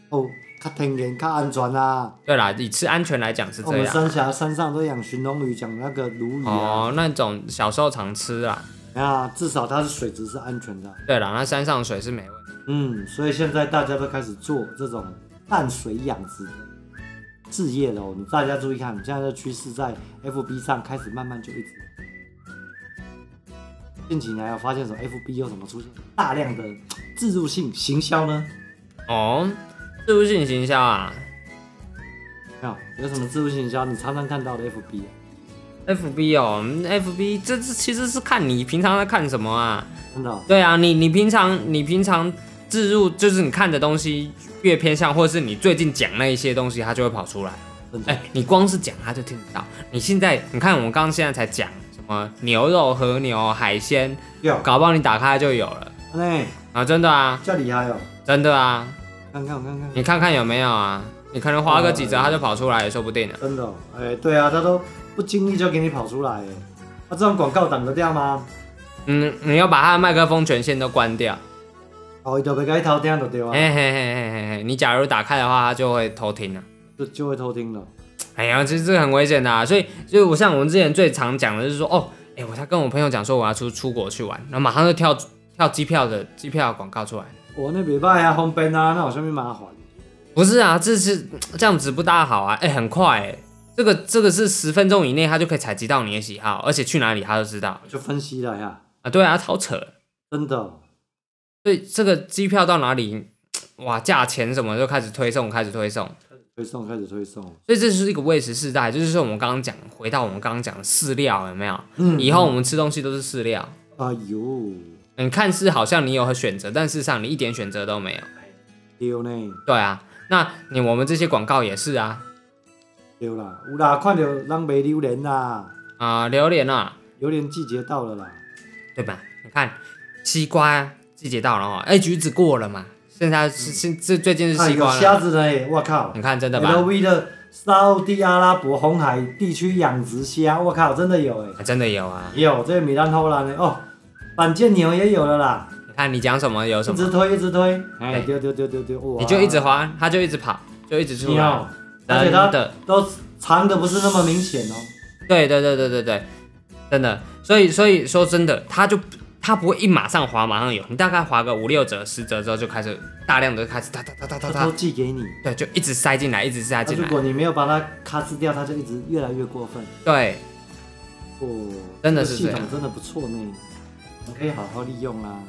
Speaker 2: 哦，较天然、较安全啊。
Speaker 3: 对啦，以吃安全来讲是
Speaker 2: 哦我
Speaker 3: 这
Speaker 2: 们
Speaker 3: 样。
Speaker 2: 三峡山上都养鲟龙鱼，养那个鲈鱼啊，
Speaker 3: 哦，那种小时候常吃啦。
Speaker 2: 啊，至少它是水质是安全的啊。
Speaker 3: 对啦，那山上水是没问题。
Speaker 2: 嗯，所以现在大家都开始做这种淡水养殖的置业了哦。你大家注意看，现在的趋势在 FB 上开始慢慢就一直。近几年有发现什么 FB 有什么出现大量的自入性行销呢？
Speaker 3: 哦，自助性行销啊
Speaker 2: 没有，有什么自入性行销？你常常看到的 FB 啊
Speaker 3: ，FB 哦嗯，FB 这这其实是看你平常在看什么啊。
Speaker 2: 真的哦、
Speaker 3: 对啊，你你平常你平常置入就是你看的东西越偏向，或者是你最近讲那一些东西，它就会跑出来。
Speaker 2: 真的
Speaker 3: 哎、你光是讲它就听得到。你现在你看我们刚刚现在才讲什么牛肉、和牛、海鲜，
Speaker 2: 哟，
Speaker 3: 搞不好你打开就有了
Speaker 2: 哎，
Speaker 3: 啊！真的啊，
Speaker 2: 这厉害哦！
Speaker 3: 真的啊，
Speaker 2: 看看我看看，
Speaker 3: 你看看有没有啊？你可能花个几折，它就跑出来也说不定呢。
Speaker 2: 真的哦、哎，对啊，他都不经意就给你跑出来，哎，那、这种广告挡得掉吗？
Speaker 3: 嗯，你要把它的麦克风权限都关掉。
Speaker 2: 哦，伊就袂甲你偷听就对啊。
Speaker 3: 嘿嘿嘿嘿嘿嘿，你假如打开的话，它就会偷听啊
Speaker 2: 就
Speaker 3: 了。
Speaker 2: 就会偷听了。
Speaker 3: 哎呀，其实这个很危险的、啊，所以所以我像我们之前最常讲的就是说，哦，哎，我才跟我朋友讲说我要出出国去玩，然后马上就跳跳机票的机票广告出来。
Speaker 2: 我那袂歹啊，方便啊，那有啥物麻烦？
Speaker 3: 不是啊，这是这样子不大好啊，哎，很快哎，这个这个是十分钟以内他就可以采集到你的喜好，而且去哪里他都知道
Speaker 2: 就分析了呀，
Speaker 3: 啊。对啊，超扯，
Speaker 2: 真的，哦
Speaker 3: 所以这个机票到哪里，哇，价钱什么就开始推送，开始推送。
Speaker 2: 推送开始推送。
Speaker 3: 所以这是一个喂食世代，就是说我们刚刚讲，回到我们刚刚讲的饲料有没有？
Speaker 2: 嗯
Speaker 3: 以后我们吃东西都是饲料。
Speaker 2: 哎呦，
Speaker 3: 嗯，看似好像你有选择，但事实上你一点选择都没有。
Speaker 2: 丢呢，
Speaker 3: 对啊，那你我们这些广告也是啊，
Speaker 2: 丢啦，有啦，看到人袂榴莲啦，
Speaker 3: 啊、榴莲啊，
Speaker 2: 榴莲季节到了啦，
Speaker 3: 对吧？你看，西瓜季节到了哦，哎，橘子过了嘛，现在是现这最近是
Speaker 2: 哎
Speaker 3: 西
Speaker 2: 有
Speaker 3: 瓜
Speaker 2: 虾
Speaker 3: 了，啊
Speaker 2: 子呢，我靠
Speaker 3: 你看真的吧？
Speaker 2: ，LV 的沙烏地阿拉伯红海地区养殖虾，我靠，真的有哎、
Speaker 3: 啊真的有啊！
Speaker 2: 有这个米兰偷懒的哦，板腱牛也有了啦，
Speaker 3: 你看你讲什么有
Speaker 2: 一
Speaker 3: 什
Speaker 2: 直
Speaker 3: 么，
Speaker 2: 推一直推，哎，
Speaker 3: 哎
Speaker 2: 丢丢丢丢丢，哇
Speaker 3: 你就一直滑，它就一直跑，就一直出来。
Speaker 2: 跳，而且
Speaker 3: 真
Speaker 2: 它
Speaker 3: 的，
Speaker 2: 都藏的不是那么明显哦，
Speaker 3: 对对对对对对，真的。所以所以说真的，它就它不会一马上滑马上有，你大概滑个五六折、十折之后就开始大量的开始哒哒哒哒哒
Speaker 2: 它都
Speaker 3: 哒，
Speaker 2: 寄给你。
Speaker 3: 对，就一直塞进来，一直塞
Speaker 2: 那
Speaker 3: 进
Speaker 2: 如
Speaker 3: 来。
Speaker 2: 果你没有把它咔哧掉，它就一直越来越过分。
Speaker 3: 对，
Speaker 2: 哦，
Speaker 3: 真的
Speaker 2: 这个
Speaker 3: 是
Speaker 2: 系
Speaker 3: 这
Speaker 2: 统
Speaker 3: 样
Speaker 2: 真的不错呢，你可以好好利用啊啦。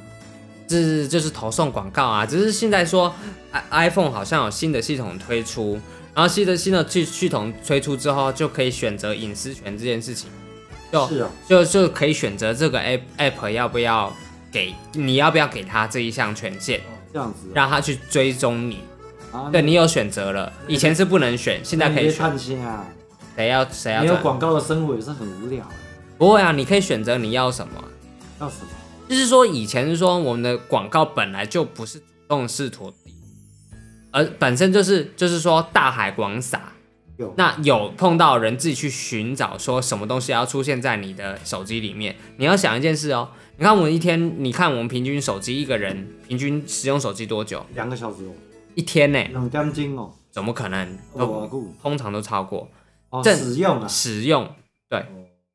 Speaker 3: 是就是投送广告啊，只是现在说 i iPhone 好像有新的系统推出，然后新的新的系系统推出之后，就可以选择隐私权这件事情，就是
Speaker 2: 哦，
Speaker 3: 就就可以选择这个 app app 要不要给你要不要给他这一项权限，
Speaker 2: 这样子
Speaker 3: 让他去追踪你。
Speaker 2: 啊。
Speaker 3: 对你有选择了，以前是不能选，现
Speaker 2: 那
Speaker 3: 在
Speaker 2: 你
Speaker 3: 可以
Speaker 2: 别
Speaker 3: 选。
Speaker 2: 探心啊，
Speaker 3: 谁要谁要
Speaker 2: 没有
Speaker 3: 转？
Speaker 2: 广告的生活也是很无聊的。
Speaker 3: 不会啊，你可以选择你要什么。
Speaker 2: 要什么？
Speaker 3: 就是说，以前是说我们的广告本来就不是主动式投递，而本身就是就是说大海广撒。
Speaker 2: 有
Speaker 3: 那有碰到人自己去寻找，说什么东西要出现在你的手机里面。你要想一件事哦，你看我们一天，你看我们平均手机一个人平均使用手机多久？
Speaker 2: 两个小时哦，
Speaker 3: 一天呢？
Speaker 2: 两点钟哦，
Speaker 3: 怎么可能？
Speaker 2: 我
Speaker 3: 都
Speaker 2: 顾
Speaker 3: 通常都超过
Speaker 2: 哦，
Speaker 3: 哦正
Speaker 2: 使用啊，
Speaker 3: 使用，对，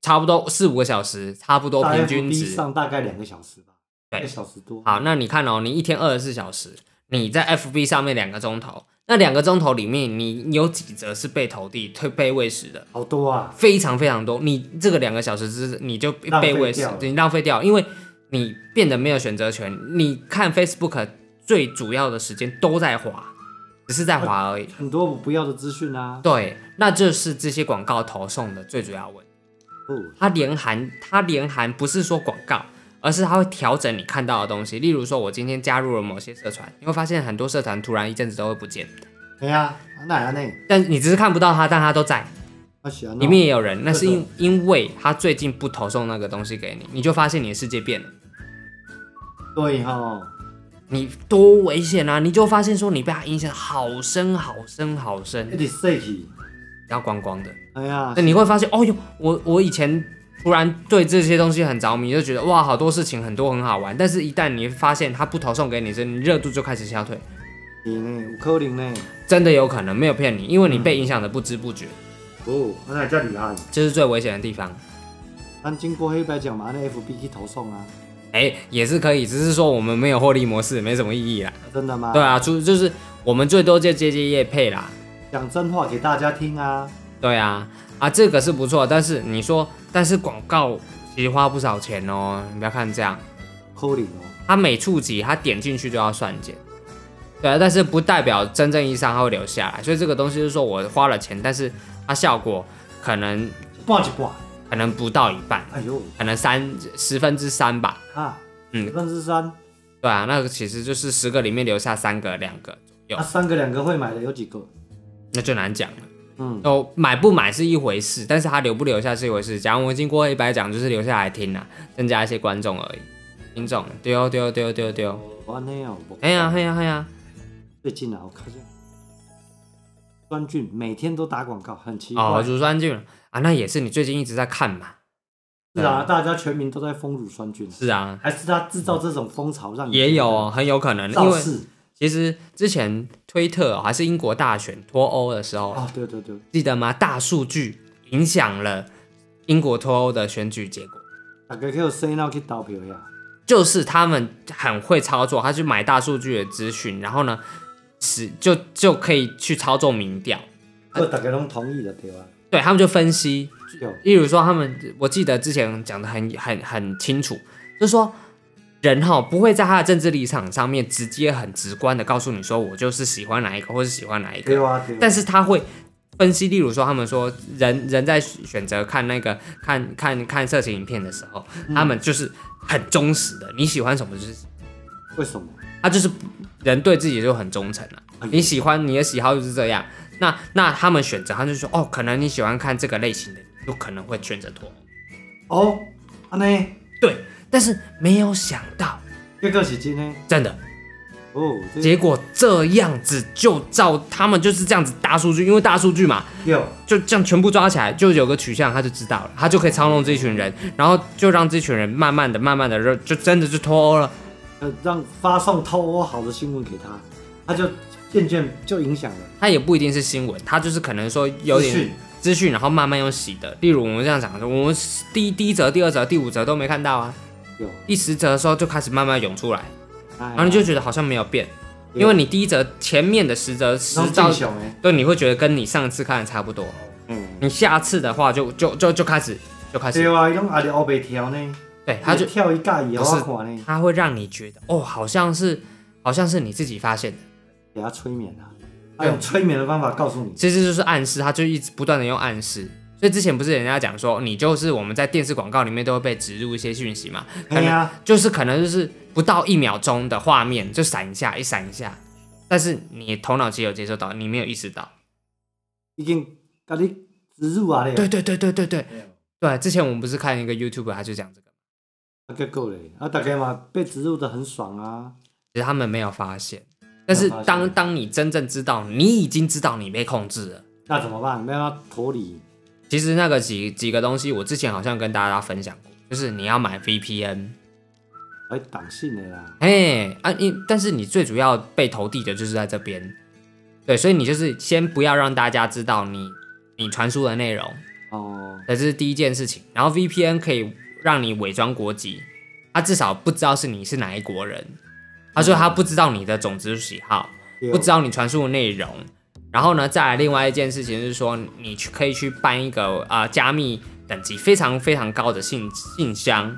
Speaker 3: 差不多四五个小时，差不多
Speaker 2: 大
Speaker 3: 平
Speaker 2: F
Speaker 3: 均
Speaker 2: B
Speaker 3: 值。
Speaker 2: 上大概两个小时吧，
Speaker 3: 对
Speaker 2: 一个小时多。
Speaker 3: 好，那你看哦，你一天二十四小时，你在 FB 上面两个钟头，那两个钟头里面，你有几则是被投递、推被喂食的？
Speaker 2: 好多啊，
Speaker 3: 非常非常多。你这个两个小时之你就
Speaker 2: 浪费
Speaker 3: 被喂食
Speaker 2: 掉了，
Speaker 3: 你浪费掉，因为你变得没有选择权。你看 Facebook 最主要的时间都在滑，只是在滑而已。
Speaker 2: 很多我不要的资讯啊。
Speaker 3: 对，那就是这些广告投送的最主要问题。
Speaker 2: 哦，
Speaker 3: 它连含它连含不是说广告，而是它会调整你看到的东西。例如说，我今天加入了某些社团，你会发现很多社团突然一阵子都会不见，
Speaker 2: 哎呀，那安内，
Speaker 3: 但你只是看不到它，但它都在，
Speaker 2: 我喜欢
Speaker 3: 里面也有人。那是
Speaker 2: 是
Speaker 3: 因因为它最近不投送那个东西给你，你就发现你的世界变了。
Speaker 2: 对哈，
Speaker 3: 你多危险啊！你就发现说你被它影响好深好深好
Speaker 2: 一
Speaker 3: 深，
Speaker 2: 直睡去。
Speaker 3: 要光光的。
Speaker 2: 哎呀
Speaker 3: 那，你会发现，哦哟，我我以前突然对这些东西很着迷，就觉得哇，好多事情很多很好玩。但是，一旦你发现它不投送给你时，你热度就开始消退，
Speaker 2: 你呢？有可能呢？
Speaker 3: 真的有可能没有骗你，因为你被影响的不知不觉，
Speaker 2: 哦，那叫厉害。
Speaker 3: 这是最危险的地方。
Speaker 2: 咱经过黑白奖嘛，那 FB 去投送啊，
Speaker 3: 哎，也是可以，只是说我们没有获利模式，没什么意义啦。
Speaker 2: 真的吗？
Speaker 3: 对，啊，就就是我们最多就接接业配啦。
Speaker 2: 讲真话给大家听啊。
Speaker 3: 对啊，啊，这个是不错，但是你说，但是广告其实花不少钱哦，你不要看这样。
Speaker 2: 可能哦，
Speaker 3: 它每触及它点进去就要算钱，对啊，但是不代表真正意义上它会留下来，所以这个东西就是说我花了钱，但是它效果可能
Speaker 2: 一半一半。
Speaker 3: 可能不到一半，
Speaker 2: 哎呦，
Speaker 3: 可能三十分之三吧，
Speaker 2: 哈，
Speaker 3: 嗯
Speaker 2: 十分之三，
Speaker 3: 对啊，那个其实就是十个里面留下三个两个，有
Speaker 2: 那啊三个两个会买的有几个？
Speaker 3: 那就难讲了。
Speaker 2: 嗯，
Speaker 3: 哦，买不买是一回事，但是它留不留下是一回事。假如我们经过一百讲，就是留下来听啦、增加一些观众而已，听众丢丢丢丢丢，
Speaker 2: 我安尼哦，我
Speaker 3: 哎呀哎呀哎呀，
Speaker 2: 最近啊，我看见专俊每天都打广告，很奇怪。
Speaker 3: 哦，乳酸菌啊，那也是你最近一直在看嘛。
Speaker 2: 是啊，大家全民都在封乳酸菌，
Speaker 3: 是啊，
Speaker 2: 还是他制造这种风潮让你
Speaker 3: 也有哦，很有可能，因
Speaker 2: 嗯造
Speaker 3: 为
Speaker 2: 势
Speaker 3: 其实之前推特哦还是英国大选脱欧的时候，
Speaker 2: 啊？对对对，
Speaker 3: 记得吗？大数据影响了英国脱欧的选举结果，
Speaker 2: 大家叫洗脑去投票呀。
Speaker 3: 就是他们很会操作，他去买大数据的资讯，然后呢，使就就可以去操纵民调，
Speaker 2: 不，大家拢同意的对啊吧？
Speaker 3: 对他们就分析
Speaker 2: 有
Speaker 3: 例如说，他们我记得之前讲的很很很清楚，就是说人哈不会在他的政治立场上面直接很直观的告诉你说我就是喜欢哪一个，或是喜欢哪一
Speaker 2: 对
Speaker 3: 个，
Speaker 2: 啊对啊。
Speaker 3: 但是他会分析，例如说他们说人人在选择看那个看看看色情影片的时候，
Speaker 2: 嗯
Speaker 3: 他们就是很忠实的，你喜欢什么就是
Speaker 2: 为什么？
Speaker 3: 他就是人对自己就很忠诚了、啊
Speaker 2: 哎呦
Speaker 3: 你喜欢你的喜好就是这样，那那他们选择，他就说哦，可能你喜欢看这个类型的，有可能会选择脱欧。
Speaker 2: 哦，安尼，
Speaker 3: 对，但是没有想到，
Speaker 2: 这个是真的。
Speaker 3: 真的，
Speaker 2: 哦，这个
Speaker 3: 结果这样子就照他们就是这样子大数据，因为大数据嘛，
Speaker 2: 有
Speaker 3: 就这样全部抓起来，就有个取向，他就知道了，他就可以操弄这一群人，然后就让这群人慢慢的、慢慢的，就真的就脱欧了。
Speaker 2: 呃让发送偷欧好的新闻给他，他就渐渐就影响了。
Speaker 3: 他也不一定是新闻，他就是可能说有
Speaker 2: 资
Speaker 3: 点
Speaker 2: 讯
Speaker 3: 资讯，然后慢慢用洗的。例如我们这样讲，我们第一第一则、第二则、第五则都没看到啊，
Speaker 2: 有，哎
Speaker 3: 第十则的时候就开始慢慢涌出来，
Speaker 2: 然
Speaker 3: 然后你就觉得好像没有变，因为你第一则前面的十则十
Speaker 2: 然后
Speaker 3: 到
Speaker 2: 进啊熊哎，
Speaker 3: 对，你会觉得跟你上次看的差不多。
Speaker 2: 嗯，
Speaker 3: 你下次的话就就就就开始就开始，
Speaker 2: 对啊，用阿里欧北条呢，
Speaker 3: 对，他就
Speaker 2: 跳一架也要
Speaker 3: 不是
Speaker 2: 看呢，
Speaker 3: 他会让你觉得哦，好像是好像是你自己发现的，
Speaker 2: 给他催眠啊，他
Speaker 3: 对
Speaker 2: 用催眠的方法告诉你，
Speaker 3: 其实就是暗示，他就一直不断的用暗示。所以之前不是人家讲说，你就是我们在电视广告里面都会被植入一些讯息嘛，可
Speaker 2: 哎
Speaker 3: 能
Speaker 2: 呀，
Speaker 3: 就是可能就是不到一秒钟的画面就闪一下，一闪一下，但是你头脑其实有接收到，你没有意识到。
Speaker 2: 已经给你植入啊嘞，
Speaker 3: 对对对对对对对，之前我们不是看一个 YouTube，他就讲这个，
Speaker 2: 啊结果嘞，啊大家嘛被植入的很爽啊，
Speaker 3: 其实他们没有发现。但是
Speaker 2: 没有发现
Speaker 3: 当当你真正知道，你已经知道你被控制了。
Speaker 2: 那怎么办？没有办法脱离，
Speaker 3: 其实那个几几个东西，我之前好像跟大家分享过，就是你要买 VPN，
Speaker 2: 还党性的啦，
Speaker 3: 哎啊，因但是你最主要被投递的就是在这边，对，所以你就是先不要让大家知道你你传输的内容，
Speaker 2: 哦，
Speaker 3: 这是第一件事情。然后 VPN 可以让你伪装国籍，他至少不知道是你是哪一国人，他说他不知道你的种族喜好，
Speaker 2: 对哦
Speaker 3: 不知道你传输的内容。然后呢，再来另外一件事情是说，你去可以去办一个啊、呃加密等级非常非常高的信信箱，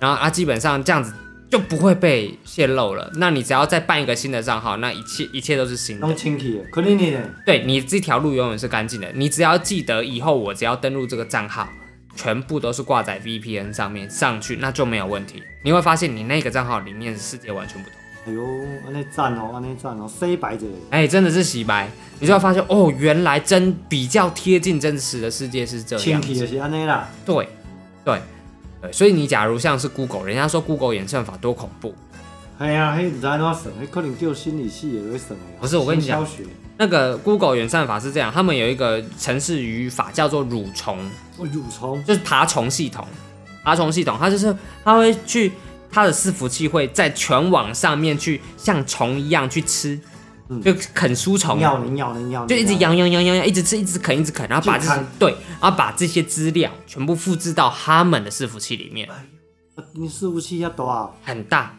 Speaker 3: 然后啊基本上这样子就不会被泄露了。那你只要再办一个新的账号，那一切一切都是新的
Speaker 2: 弄。清气的，可能你呢，
Speaker 3: 对你这条路永远是干净的。你只要记得以后我只要登录这个账号，全部都是挂在 VPN 上面上去，那就没有问题。你会发现你那个账号里面的世界完全不同。
Speaker 2: 哎呦，安尼赞哦，安尼赞哦，洗白者嘞，
Speaker 3: 哎、真的是洗白，你就会发现哦，原来真比较贴近真实的世界是这
Speaker 2: 清
Speaker 3: 样
Speaker 2: 气
Speaker 3: 子。
Speaker 2: 就是安尼啦，
Speaker 3: 对，对，对，所以你假如像是 Google，人家说 Google 演算法多恐怖，
Speaker 2: 哎呀，迄毋知安怎算，迄可能叫心理系也会算的，
Speaker 3: 不是我跟你
Speaker 2: 心
Speaker 3: 讲
Speaker 2: 消学，
Speaker 3: 那个 Google 演算法是这样，他们有一个程式语法叫做蠕虫，
Speaker 2: 我蠕虫，
Speaker 3: 就是爬虫系统。爬虫系统，它就是它会去它的伺服器会在全网上面去像虫一样去吃，
Speaker 2: 嗯
Speaker 3: 就啃书虫，
Speaker 2: 咬你咬你咬你，
Speaker 3: 就一直
Speaker 2: 咬
Speaker 3: 养养养养养，一直吃，一直啃，一直啃，然后把这
Speaker 2: 健
Speaker 3: 些
Speaker 2: 康
Speaker 3: 对，然后把这些资料全部复制到他们的伺服器里面，
Speaker 2: 你，啊你伺服器要大哦，
Speaker 3: 很大，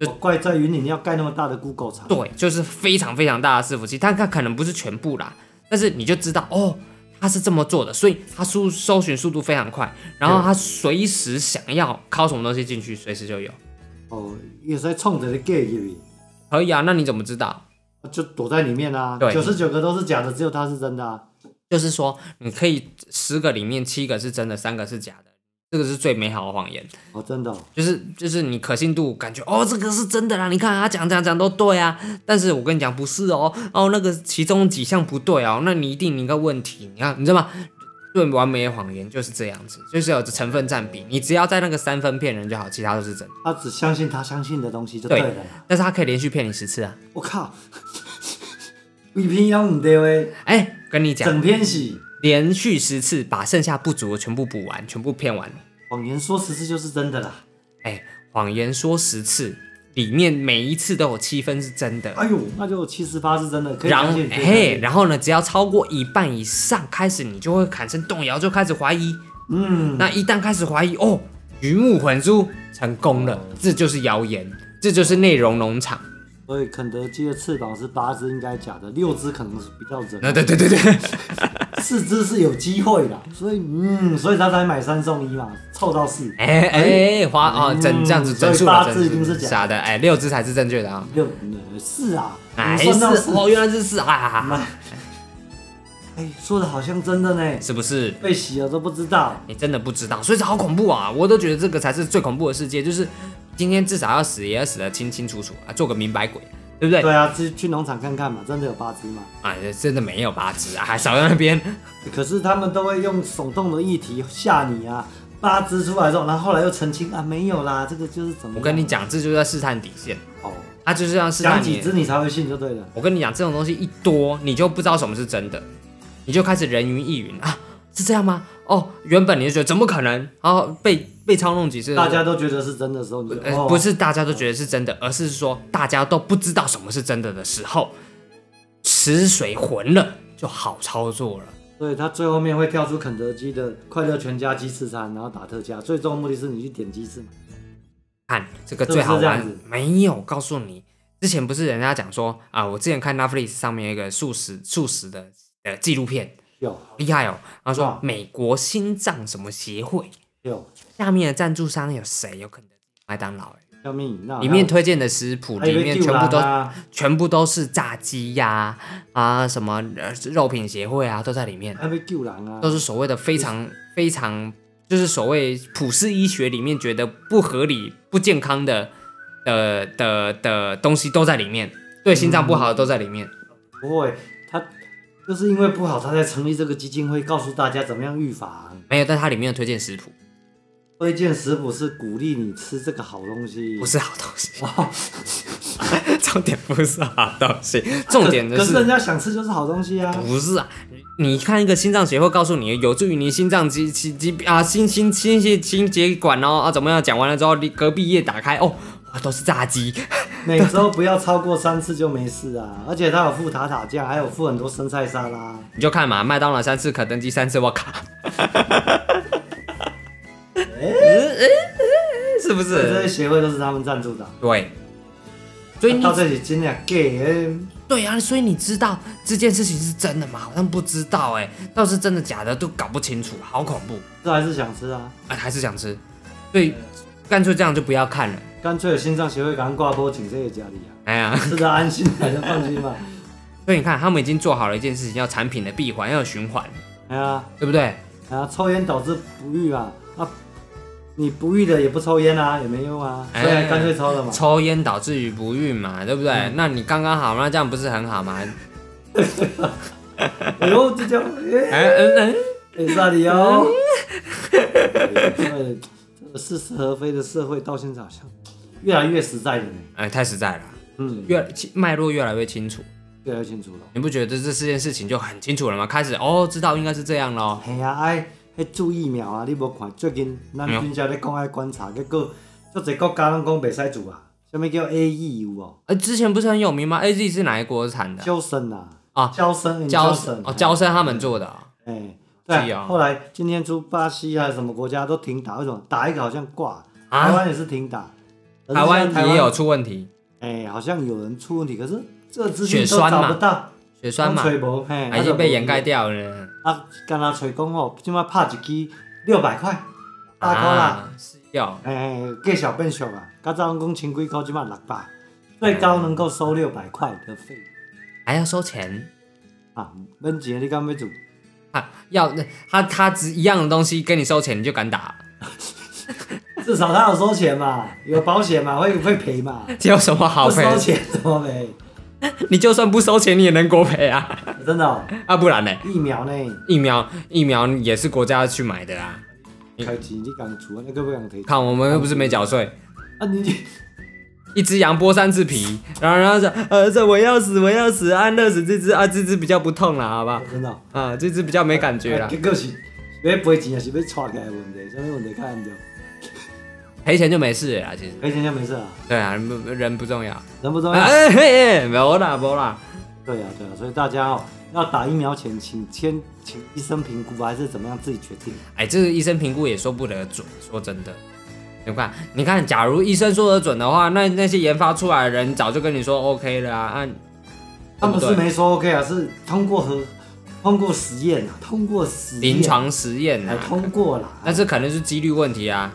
Speaker 3: 就
Speaker 2: 我怪在云岭要盖那么大的 Google 厂，
Speaker 3: 对，就是非常非常大的伺服器，但它可能不是全部啦，但是你就知道哦，它是这么做的，所以它搜搜寻速度非常快，然后它随时想要拷什么东西进去，随时就有。
Speaker 2: 哦，也是在冲着你 gay 去，
Speaker 3: 可以啊，那你怎么知道？
Speaker 2: 就躲在里面啊，
Speaker 3: 对
Speaker 2: 九十九个都是假的，只有它是真的啊，
Speaker 3: 就是说，你可以十个里面七个是真的，三个是假的，这个是最美好的谎言。
Speaker 2: 哦，真的哦，
Speaker 3: 就是就是你可信度感觉哦，这个是真的啦，你看他讲讲讲都对啊，但是我跟你讲不是哦，哦那个其中几项不对哦，那你一定有一个问题，你看你知道吗？最完美的谎言就是这样子，就是有成分占比，你只要在那个三分骗人就好，其他都是真的。
Speaker 2: 他啊只相信他相信的东西就对了
Speaker 3: 对
Speaker 2: 啦，
Speaker 3: 但是他可以连续骗你十次啊！
Speaker 2: 我靠， 鬼片都唔对诶，
Speaker 3: 哎、跟你讲，
Speaker 2: 整篇是
Speaker 3: 连续十次把剩下不足的全部补完，全部骗完，
Speaker 2: 谎言说十次就是真的啦，
Speaker 3: 哎，谎言说十次，里面每一次都有七分是真的。
Speaker 2: 哎呦，那就七十八是真的，可以
Speaker 3: 然
Speaker 2: 相
Speaker 3: 后
Speaker 2: 信，可以相
Speaker 3: 嘿，
Speaker 2: 信，
Speaker 3: 然后呢，只要超过一半以上，开始你就会产生动摇，就开始怀疑。
Speaker 2: 嗯，
Speaker 3: 那一旦开始怀疑，哦，鱼目混珠，成功了，
Speaker 2: 嗯
Speaker 3: 这就是谣言，这就是内容农场。
Speaker 2: 所以肯德基的翅膀是八只，应该假的，六只可能是比较人，
Speaker 3: 那对对 对对，
Speaker 2: 四只是有机会的，所以嗯，所以他才买三送一嘛，凑到四，
Speaker 3: 哎哎，花哦，整这样子
Speaker 2: 嗯所以
Speaker 3: 整数
Speaker 2: 八
Speaker 3: 了，
Speaker 2: 字
Speaker 3: 整
Speaker 2: 一定是
Speaker 3: 数
Speaker 2: 假的
Speaker 3: 傻的，哎，六只才是正确的啊。
Speaker 2: 六呃是啊，
Speaker 3: 哎，
Speaker 2: 你算到嗯
Speaker 3: 是
Speaker 2: 四，
Speaker 3: 哦，原来是是啊，
Speaker 2: 妈哎，说的好像真的呢，
Speaker 3: 是不是？
Speaker 2: 被洗了都不知道，
Speaker 3: 你真的不知道，所以这好恐怖啊！我都觉得这个才是最恐怖的世界，就是今天至少要死也要死得清清楚楚啊，做个明白鬼，对不对？
Speaker 2: 对啊，去去农场看看嘛，真的有八只嘛，
Speaker 3: 啊，真的没有八只啊，还 少在那边。
Speaker 2: 可是他们都会用耸动的议题吓你啊，八只出来之后，然后后来又澄清啊，没有啦，这个就是怎么样，
Speaker 3: 我跟你讲，这就在试探底线。
Speaker 2: 哦，
Speaker 3: 它就是让是
Speaker 2: 讲
Speaker 3: 让
Speaker 2: 几
Speaker 3: 你
Speaker 2: 只你才会信就对了。
Speaker 3: 我跟你讲，这种东西一多，你就不知道什么是真的，你就开始人云亦云啊，是这样吗？哦，原本你就觉得怎么可能，然后被被操弄几次，
Speaker 2: 大家都觉得是真的时候，你就
Speaker 3: 呃、
Speaker 2: 哦
Speaker 3: 不是大家都觉得是真的，而是说大家都不知道什么是真的的时候，吃水浑了就好操作了。
Speaker 2: 所以它最后面会跳出肯德基的快乐全家鸡翅餐，然后打特价，最终目的是你去点鸡翅嘛。
Speaker 3: 看这个
Speaker 2: 是不
Speaker 3: 最好
Speaker 2: 是这样
Speaker 3: 玩
Speaker 2: 子，
Speaker 3: 没有告诉你。之前不是人家讲说啊，我之前看 Netflix 上面有一个素食素食的呃纪录片，
Speaker 2: 有
Speaker 3: 厉害哦。他说
Speaker 2: 哇
Speaker 3: 美国心脏什么协会，
Speaker 2: 有，
Speaker 3: 下面的赞助商有谁？有肯德基、麦当劳、欸
Speaker 2: 下面饮料
Speaker 3: 里面推荐的食谱
Speaker 2: 还有
Speaker 3: 里面全部
Speaker 2: 还有
Speaker 3: 都、
Speaker 2: 一个啊啦
Speaker 3: 全部都是炸鸡呀啊什么呃肉品协会啊都在里面，
Speaker 2: 还被救人啊，
Speaker 3: 都是所谓的非常非常就是所谓普世医学里面觉得不合理不健康的的的的东西都在里面，对心脏不好的都在里面。
Speaker 2: 不会，他就是因为不好，他才成立这个基金会，告诉大家怎么样预防。
Speaker 3: 没有，但它里面有推荐食谱，
Speaker 2: 推荐食谱是鼓励你吃这个好东西，
Speaker 3: 不是好东西。
Speaker 2: 哦
Speaker 3: 重点不是好东西，重点就
Speaker 2: 可
Speaker 3: 是
Speaker 2: 是人家想吃就是好东西 啊。
Speaker 3: 不是啊，你看一个心脏协会告诉你有助于你心脏疾疾疾啊心心心心心血管哦啊怎么样？讲完了之后，你隔壁页打开哦，哇都是炸鸡，
Speaker 2: 每周不要超过三次就没事啊，而且他有附塔塔酱，还有附很多生菜沙拉。
Speaker 3: 你就看嘛，麦当劳三次，肯德基三次，我靠， 是不
Speaker 2: 这些
Speaker 3: 是？
Speaker 2: 协会都是他们赞助的啊。
Speaker 3: 对，所以你
Speaker 2: 到这里今天 gay，
Speaker 3: 对啊，所以你知道这件事情是真的吗？好像不知道哎、倒是真的假的都搞不清楚，好恐怖
Speaker 2: 这还是想吃啊，
Speaker 3: 啊！还是想吃，所以干脆这样就不要看了。
Speaker 2: 干脆有心脏协会赶快挂播，请这些家里啊，
Speaker 3: 哎呀。
Speaker 2: 吃的安心才能放心嘛。
Speaker 3: 所以你看，他们已经做好了一件事情，要产品的闭环，要有循环，
Speaker 2: 哎呀，
Speaker 3: 对不对？
Speaker 2: 哎呀，抽烟导致不育啊，啊，你不育的也不抽烟啊，也没用啊，所
Speaker 3: 哎
Speaker 2: 以干脆抽了嘛。
Speaker 3: 抽烟导致于不孕嘛，对不对？
Speaker 2: 嗯
Speaker 3: 那你刚刚好，那这样不是很 好吗？
Speaker 2: 哎呦，这叫哎，
Speaker 3: 哎嗯嗯，
Speaker 2: 哎萨里哦。对，这个似是而非的社会到现在好像越来越实在了呢。
Speaker 3: 哎，太实在了，
Speaker 2: 嗯，
Speaker 3: 越脉络越来越清楚，
Speaker 2: 越来越清楚了。
Speaker 3: 你不觉得这四件事情就很清楚了吗？开始哦，知道应该是这样咯。
Speaker 2: 嘿啊，爱迄注疫苗啊，你无看最近咱专家咧讲爱观察，结果足侪国家拢讲袂使做啊。什物叫 A E 有哦？
Speaker 3: 呃，之前不是很有名吗？A Z 是哪一国产的？
Speaker 2: 胶生啊，
Speaker 3: 啊
Speaker 2: 胶生，
Speaker 3: 交
Speaker 2: 生，
Speaker 3: 哦，交生他们做的哦、
Speaker 2: 哎、对
Speaker 3: 是
Speaker 2: 啊、
Speaker 3: 哦
Speaker 2: 后来今天出巴西啊，什么国家都停打，为什么？打一个好像挂，
Speaker 3: 啊
Speaker 2: 台湾也是停打，可是
Speaker 3: 台
Speaker 2: 现
Speaker 3: 湾
Speaker 2: 在
Speaker 3: 也有，出问题，
Speaker 2: 哎、好像有人出问题，可是这资
Speaker 3: 血
Speaker 2: 讯都
Speaker 3: 栓嘛
Speaker 2: 找不到，
Speaker 3: 血栓嘛
Speaker 2: 拢，找无，嘿，
Speaker 3: 啊已
Speaker 2: 啊
Speaker 3: 经被掩盖。掉了。
Speaker 2: 啊，干那找讲哦，即摆拍一支六百块，大箍啦。
Speaker 3: 啊，是要
Speaker 2: 诶、介绍变俗啊，较早拢讲千几箍，即满六百，最高能够收六百块的费用
Speaker 3: 还要收钱。
Speaker 2: 啊！免钱你敢要做？
Speaker 3: 啊，要他他只一样的东西跟你收钱，你就敢打，
Speaker 2: 至少他有收钱嘛，有保险嘛，会会赔嘛，
Speaker 3: 这有什么好
Speaker 2: 不
Speaker 3: 赔？
Speaker 2: 收钱怎么赔？
Speaker 3: 你就算不收钱，你也能国赔啊！
Speaker 2: 真的、哦，
Speaker 3: 啊，不然呢？
Speaker 2: 疫苗呢？
Speaker 3: 疫苗疫苗也是国家去买的啊。
Speaker 2: 开钱你敢做，那个不敢提。
Speaker 3: 看我们又不是没缴税，
Speaker 2: 啊你你
Speaker 3: 一只羊剥三次皮，然后然后说，呃，这我要死，我要死，安乐死这只啊，这只比较不痛啦，好吧？
Speaker 2: 真的、哦，
Speaker 3: 啊，这只比较没感觉
Speaker 2: 啊
Speaker 3: 啦，
Speaker 2: 结果是要赔钱还是要带起来的问题？什么问题较严重？
Speaker 3: 赔钱就没事了啦，其实。
Speaker 2: 赔钱就没事啊，
Speaker 3: 对啊，人不人不重要。
Speaker 2: 人不重要。
Speaker 3: 哎嘿嘿，没啦没啦，
Speaker 2: 对呀、对呀、所以大家哦，要打疫苗前，请先请医生评估，还是怎么样自己决定。
Speaker 3: 哎，这个医生评估也说不得准，说真的。你看，你看，假如医生说得准的话，那那些研发出来的人早就跟你说 OK 了啊。啊
Speaker 2: 他们
Speaker 3: 对
Speaker 2: 是
Speaker 3: 不对
Speaker 2: 没说 OK 啊，是通过和通过实验啊，通过实验
Speaker 3: 临床实验
Speaker 2: 哎，
Speaker 3: 啊，
Speaker 2: 通过啦。
Speaker 3: 但是可能是几率问题啊。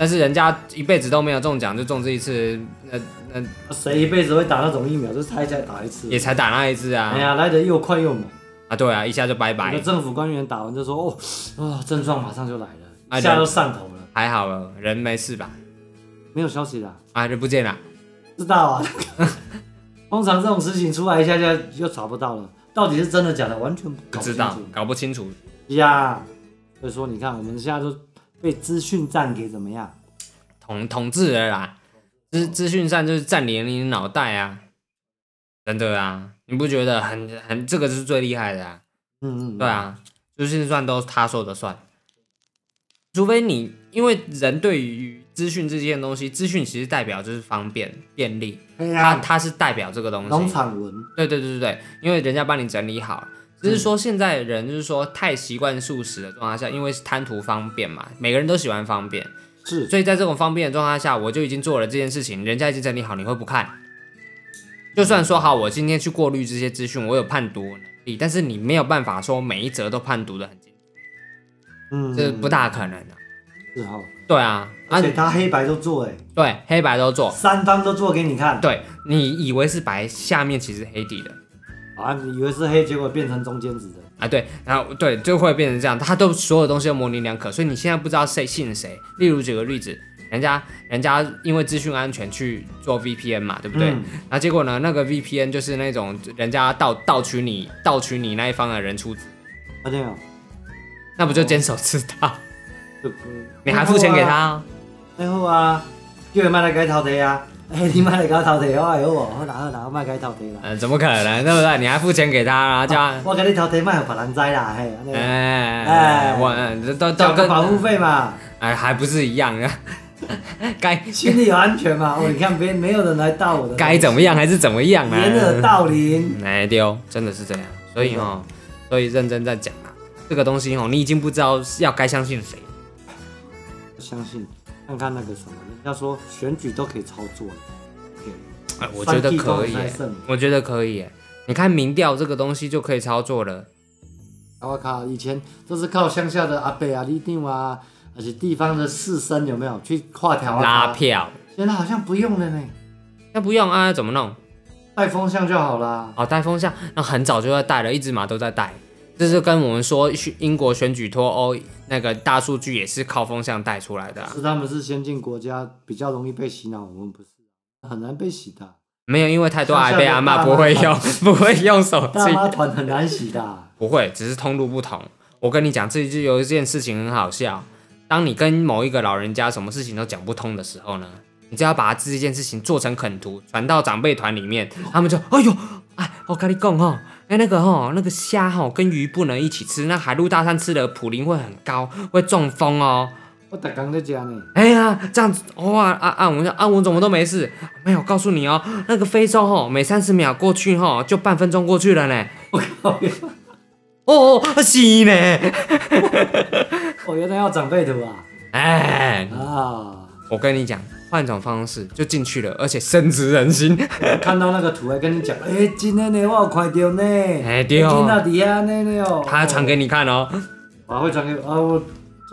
Speaker 3: 但是人家一辈子都没有中奖，就中这一次，呃，
Speaker 2: 谁一辈子会打那种疫苗？就是猜一下打一次
Speaker 3: 也。才打那一次
Speaker 2: 哎
Speaker 3: 啊。
Speaker 2: 呀，来得又快又猛。
Speaker 3: 啊，对啊，一下就拜
Speaker 2: 有
Speaker 3: 拜
Speaker 2: 的，政府官员打完就说：“哦，啊、症状马上就来了，
Speaker 3: 哎
Speaker 2: 一下
Speaker 3: 人
Speaker 2: 就上头了。
Speaker 3: 还好了，人没事吧？”
Speaker 2: 没有消息啦，
Speaker 3: 啊，就不见了。
Speaker 2: 知道 啊。通常这种事情出来一下下就找不到了，到底是真的假的，完全
Speaker 3: 不
Speaker 2: 搞
Speaker 3: 知
Speaker 2: 清
Speaker 3: 道
Speaker 2: 楚，
Speaker 3: 搞不清楚。
Speaker 2: 呀。所以说，你看我们现在都被资讯战给怎么样？
Speaker 3: 统统治了啦，资资讯战就是占领你的脑袋啊，真的啊，你不觉得很很这个是最厉害的啊？
Speaker 2: 嗯嗯，
Speaker 3: 对，啊，就是算都是他说的算，除非你因为人对于资讯这件东西，资讯其实代表就是方便便利，
Speaker 2: 黑
Speaker 3: 它
Speaker 2: 暗
Speaker 3: 它是代表这个东西。
Speaker 2: 哎啊农场文，
Speaker 3: 对对对对对，因为人家帮你整理好了。只是说
Speaker 2: 嗯
Speaker 3: 现在人就是说太习惯素食的状态下，因为是贪图方便嘛，每个人都喜欢方便，
Speaker 2: 是
Speaker 3: 所以在这种方便的状态下，我就已经做了这件事情，人家已经整理好，你会不看？就算说好，我今天去过滤这些资讯，我有判读能力，但是你没有办法说每一则都判读的很精，
Speaker 2: 嗯，
Speaker 3: 这不大可能的、啊
Speaker 2: 是哈，
Speaker 3: 对啊，啊
Speaker 2: 而，且他黑白都做哎，
Speaker 3: 对，黑白都做，
Speaker 2: 三方都做给你看，
Speaker 3: 对你以为是白，下面其实黑底的。
Speaker 2: 啊，你以为是黑，结果变成中间值的，
Speaker 3: 啊，对，然后对，就会变成这样，他都所有东西都模棱两可，所以你现在不知道谁信谁。例如举个例子，人家人家因为资讯安全去做 VPN 嘛，对不对？
Speaker 2: 嗯
Speaker 3: 然后结果呢，那个 VPN 就是那种人家盗盗取你盗取你那一方的人出资，
Speaker 2: 而且哦，
Speaker 3: 那不就监守自盗？
Speaker 2: 就
Speaker 3: 你还付钱给他、，啊？
Speaker 2: 然后啊，叫伊莫来改头地啊，哎，你莫来搞头地，我会好哎无，好啦好啦，我莫改头地啦。
Speaker 3: 呃，怎么可能，对不对？你还付钱给他，然后叫他，
Speaker 2: 我甲你头地莫互别人知啦，嘿，安尼啊，
Speaker 3: 哎
Speaker 2: 哎
Speaker 3: 我嗯这都
Speaker 2: 交
Speaker 3: 都
Speaker 2: 个
Speaker 3: 跟
Speaker 2: 保护费嘛，
Speaker 3: 哎还不是一样啊？ 该
Speaker 2: 心里有安全嘛。我你看别没有人来盗我的，
Speaker 3: 该怎么样还是怎么样啊？
Speaker 2: 掩 耳盗铃，
Speaker 3: 哎丢，真的是这样。所以哦，所以认真在讲啊，这个东西哦，你已经不知道要该相信谁。
Speaker 2: 相信看看那个什么，人家说选举都可以操作，
Speaker 3: 哎，我觉得可
Speaker 2: 三
Speaker 3: 以
Speaker 2: G 都很耐
Speaker 3: 耶
Speaker 2: 胜，
Speaker 3: 我觉得可以耶。你看民调这个东西就可以操作了。
Speaker 2: 啊我靠，以前都是靠乡下的阿伯啊、里长啊，而且地方的士绅有没有去跨条啊
Speaker 3: 拉？票，
Speaker 2: 现在好像不用了呢，
Speaker 3: 那不用啊，怎么弄？
Speaker 2: 带风向就好啦。
Speaker 3: 哦，带风向，那很早就要带了，一直嘛都在带。这是跟我们说英国选举脱欧那个大数据也是靠风向带出来的、啊，
Speaker 2: 是他们是先进国家，比较容易被洗脑，我们不是，很难被洗的。
Speaker 3: 没有因为太多
Speaker 2: 乡
Speaker 3: 阿
Speaker 2: 下
Speaker 3: 贝
Speaker 2: 的
Speaker 3: 阿妈
Speaker 2: 大
Speaker 3: 不
Speaker 2: 妈
Speaker 3: 会
Speaker 2: 团
Speaker 3: 用不会用手机，
Speaker 2: 大妈团很难洗的，
Speaker 3: 不会，只是通路不同。我跟你讲，这就有一件事情很好笑。当你跟某一个老人家什么事情都讲不通的时候呢，你只要把这一件事情做成梗图，传到长辈团里面，他们就哎呦，哎，我跟你讲哦，哎那个哦，那个虾哦跟鱼不能一起吃，那海陆大餐吃的普林会很高，会中风哦。
Speaker 2: 我打刚在家呢，
Speaker 3: 哎呀，这样子哇啊啊！我就啊，我怎么都没事？没有，告诉你哦，那个非洲吼，每三十秒过去吼，就半分钟过去了呢。
Speaker 2: 我靠，
Speaker 3: 哦哦，是呢。
Speaker 2: 我原来要长辈图啊
Speaker 3: 哎，
Speaker 2: 啊！
Speaker 3: 我跟你讲，换种方式就进去了，而且深植人心。
Speaker 2: 看到那个图还跟你讲，哎、今天呢，我有看到呢，
Speaker 3: 哎对哦
Speaker 2: 听到底下呢呢哦，
Speaker 3: 他传给你看哦，
Speaker 2: 我还会传给啊，我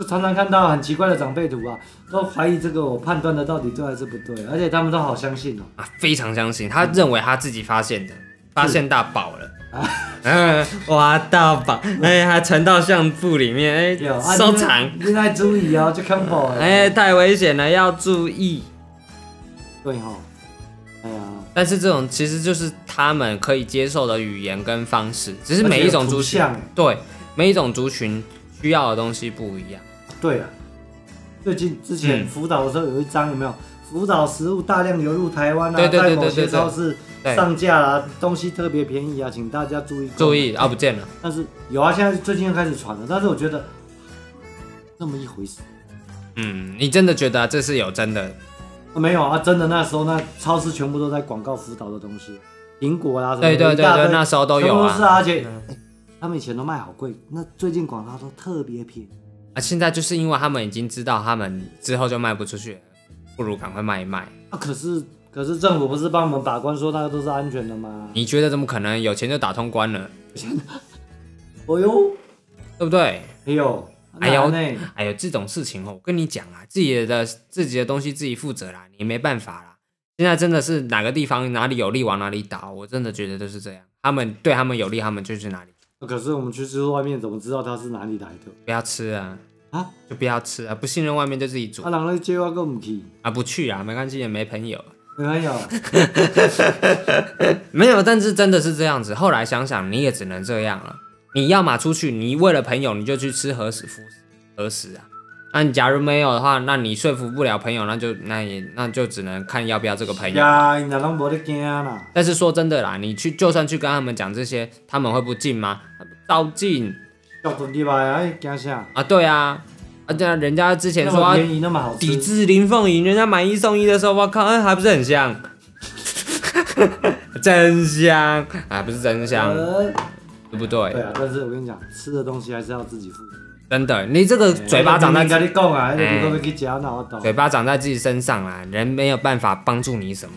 Speaker 2: 就常常看到很奇怪的长辈图啊，都怀疑这个我判断的到底对还是不对，而且他们都好相 信哦，
Speaker 3: 啊，非常相信，他认为他自己发现的，发现大宝了。嗯，
Speaker 2: 啊
Speaker 3: 挖到宝，哎，还沉到相簿里面，
Speaker 2: 对哦
Speaker 3: 哎，收藏，，
Speaker 2: 你来注意哦，就看宝
Speaker 3: 哎，太危险了，要注意。
Speaker 2: 对哈、哎呀，
Speaker 3: 但是这种其实就是他们可以接受的语言跟方式，只是每一种族群
Speaker 2: 而且有图像哎，
Speaker 3: 对每一种族群需要的东西不一样。
Speaker 2: 对啊，最近之前
Speaker 3: 嗯
Speaker 2: 福岛的时候有一张有没有？福岛食物大量流入台湾啊，
Speaker 3: 对对
Speaker 2: 在
Speaker 3: 对
Speaker 2: 某些
Speaker 3: 对对对
Speaker 2: 超市
Speaker 3: 对
Speaker 2: 上架啦、东西特别便宜啊，请大家注意购买
Speaker 3: 注意啊，不见了，
Speaker 2: 但是有啊，现在最近又开始传了，但是我觉得那么一回事、
Speaker 3: 嗯，你真的觉得啊这是有真的
Speaker 2: 啊没有啊，真的那时候那超市全部都在广告福岛的东西，苹果啊啦、什么的
Speaker 3: 对对
Speaker 2: 一
Speaker 3: 对
Speaker 2: 大堆
Speaker 3: 对，那时候都
Speaker 2: 全
Speaker 3: 有
Speaker 2: 部都
Speaker 3: 啊
Speaker 2: 是。啊，而且、哎他们以前都卖好贵，那最近广告都特别便宜。
Speaker 3: 啊，现在就是因为他们已经知道他们之后就卖不出去了，不如赶快卖一卖。
Speaker 2: 啊，可是可是政府不是帮我们把关说那个都是安全的吗？
Speaker 3: 你觉得怎么可能有钱就打通关了，
Speaker 2: 哦呦，
Speaker 3: 对不对？
Speaker 2: 哎呦，
Speaker 3: 哎呦
Speaker 2: 那呢？
Speaker 3: 哎呦，这种事情哦，我跟你讲啊，自己的自己的东西自己负责啦，你没办法啦。现在真的是哪个地方哪里有利往哪里倒，我真的觉得都是这样。他们对他们有利，他们就去哪里，
Speaker 2: 啊可是我们去吃外面，怎么知道它是哪里来的？
Speaker 3: 不要吃啊，
Speaker 2: 啊，
Speaker 3: 就不要吃啊，不信任外面就自己煮
Speaker 2: 啊，人咧叫我个唔去，哎
Speaker 3: 啊，不去啊，没关系，也没朋友。
Speaker 2: 没朋友，
Speaker 3: 没有，但是真的是这样子。后来想想，你也只能这样了。你要么出去，你为了朋友，你就去吃和食服和食啊。那你假如没有的话，那你说服不了朋友，那就那也那就只能看要不要这个朋友。
Speaker 2: 呀，因若拢无咧惊啦，
Speaker 3: 但是说真的啦，你去就算去跟他们讲这些，他们会不进吗？照进
Speaker 2: 小吞入来啊，迄惊啥？
Speaker 3: 啊，对啊，啊对啊，人家之前
Speaker 2: 那
Speaker 3: 说
Speaker 2: 么
Speaker 3: 要
Speaker 2: 便宜那么好吃，
Speaker 3: 抵制林凤营，人家买一送一的时候，我靠，哎还不是很香， 真香啊，不是真香，
Speaker 2: 呃
Speaker 3: 对不对？
Speaker 2: 对啊，但是我跟你讲，吃的东西还是要自己付。
Speaker 3: 真的，你这个
Speaker 2: 哎
Speaker 3: 嘴巴长在
Speaker 2: 跟你讲啊，迄
Speaker 3: 哎
Speaker 2: 个你可要去食哪我懂。
Speaker 3: 嘴巴长在自己身上啦，人没有办法帮助你什么，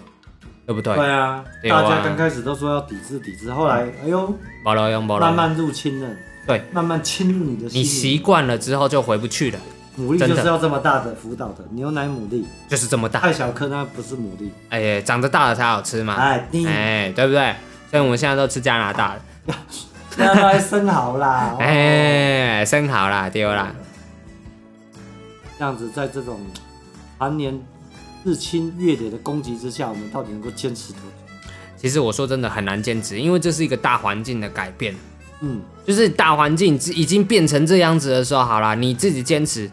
Speaker 3: 对不对？
Speaker 2: 对啊，
Speaker 3: 对啊
Speaker 2: 大家刚开始都说要抵制抵制，后来哎呦，
Speaker 3: 保留用保留，
Speaker 2: 慢慢入侵了，
Speaker 3: 对，
Speaker 2: 慢慢侵入你的
Speaker 3: 你
Speaker 2: 心
Speaker 3: 习
Speaker 2: 灵。
Speaker 3: 惯了之后就回不去了，
Speaker 2: 牡蛎
Speaker 3: 真
Speaker 2: 就
Speaker 3: 的
Speaker 2: 是要这么大的辅导的，牛奶牡蛎，
Speaker 3: 就是这么大。
Speaker 2: 太小颗那不是牡蛎，
Speaker 3: 哎呀，长得大了才好吃嘛，
Speaker 2: 哎，你
Speaker 3: 哎，对不对？所以我们现在都吃加拿大的，
Speaker 2: 那都还生蚝啦，哦，
Speaker 3: 哎，生蚝啦，丢啦，
Speaker 2: 这样子在这种常年日侵月累的攻击之下，我们到底能够坚持多久？
Speaker 3: 其实我说真的很难坚持，因为这是一个大环境的改变，
Speaker 2: 嗯，
Speaker 3: 就是大环境已经变成这样子的时候，好啦，你自己坚持，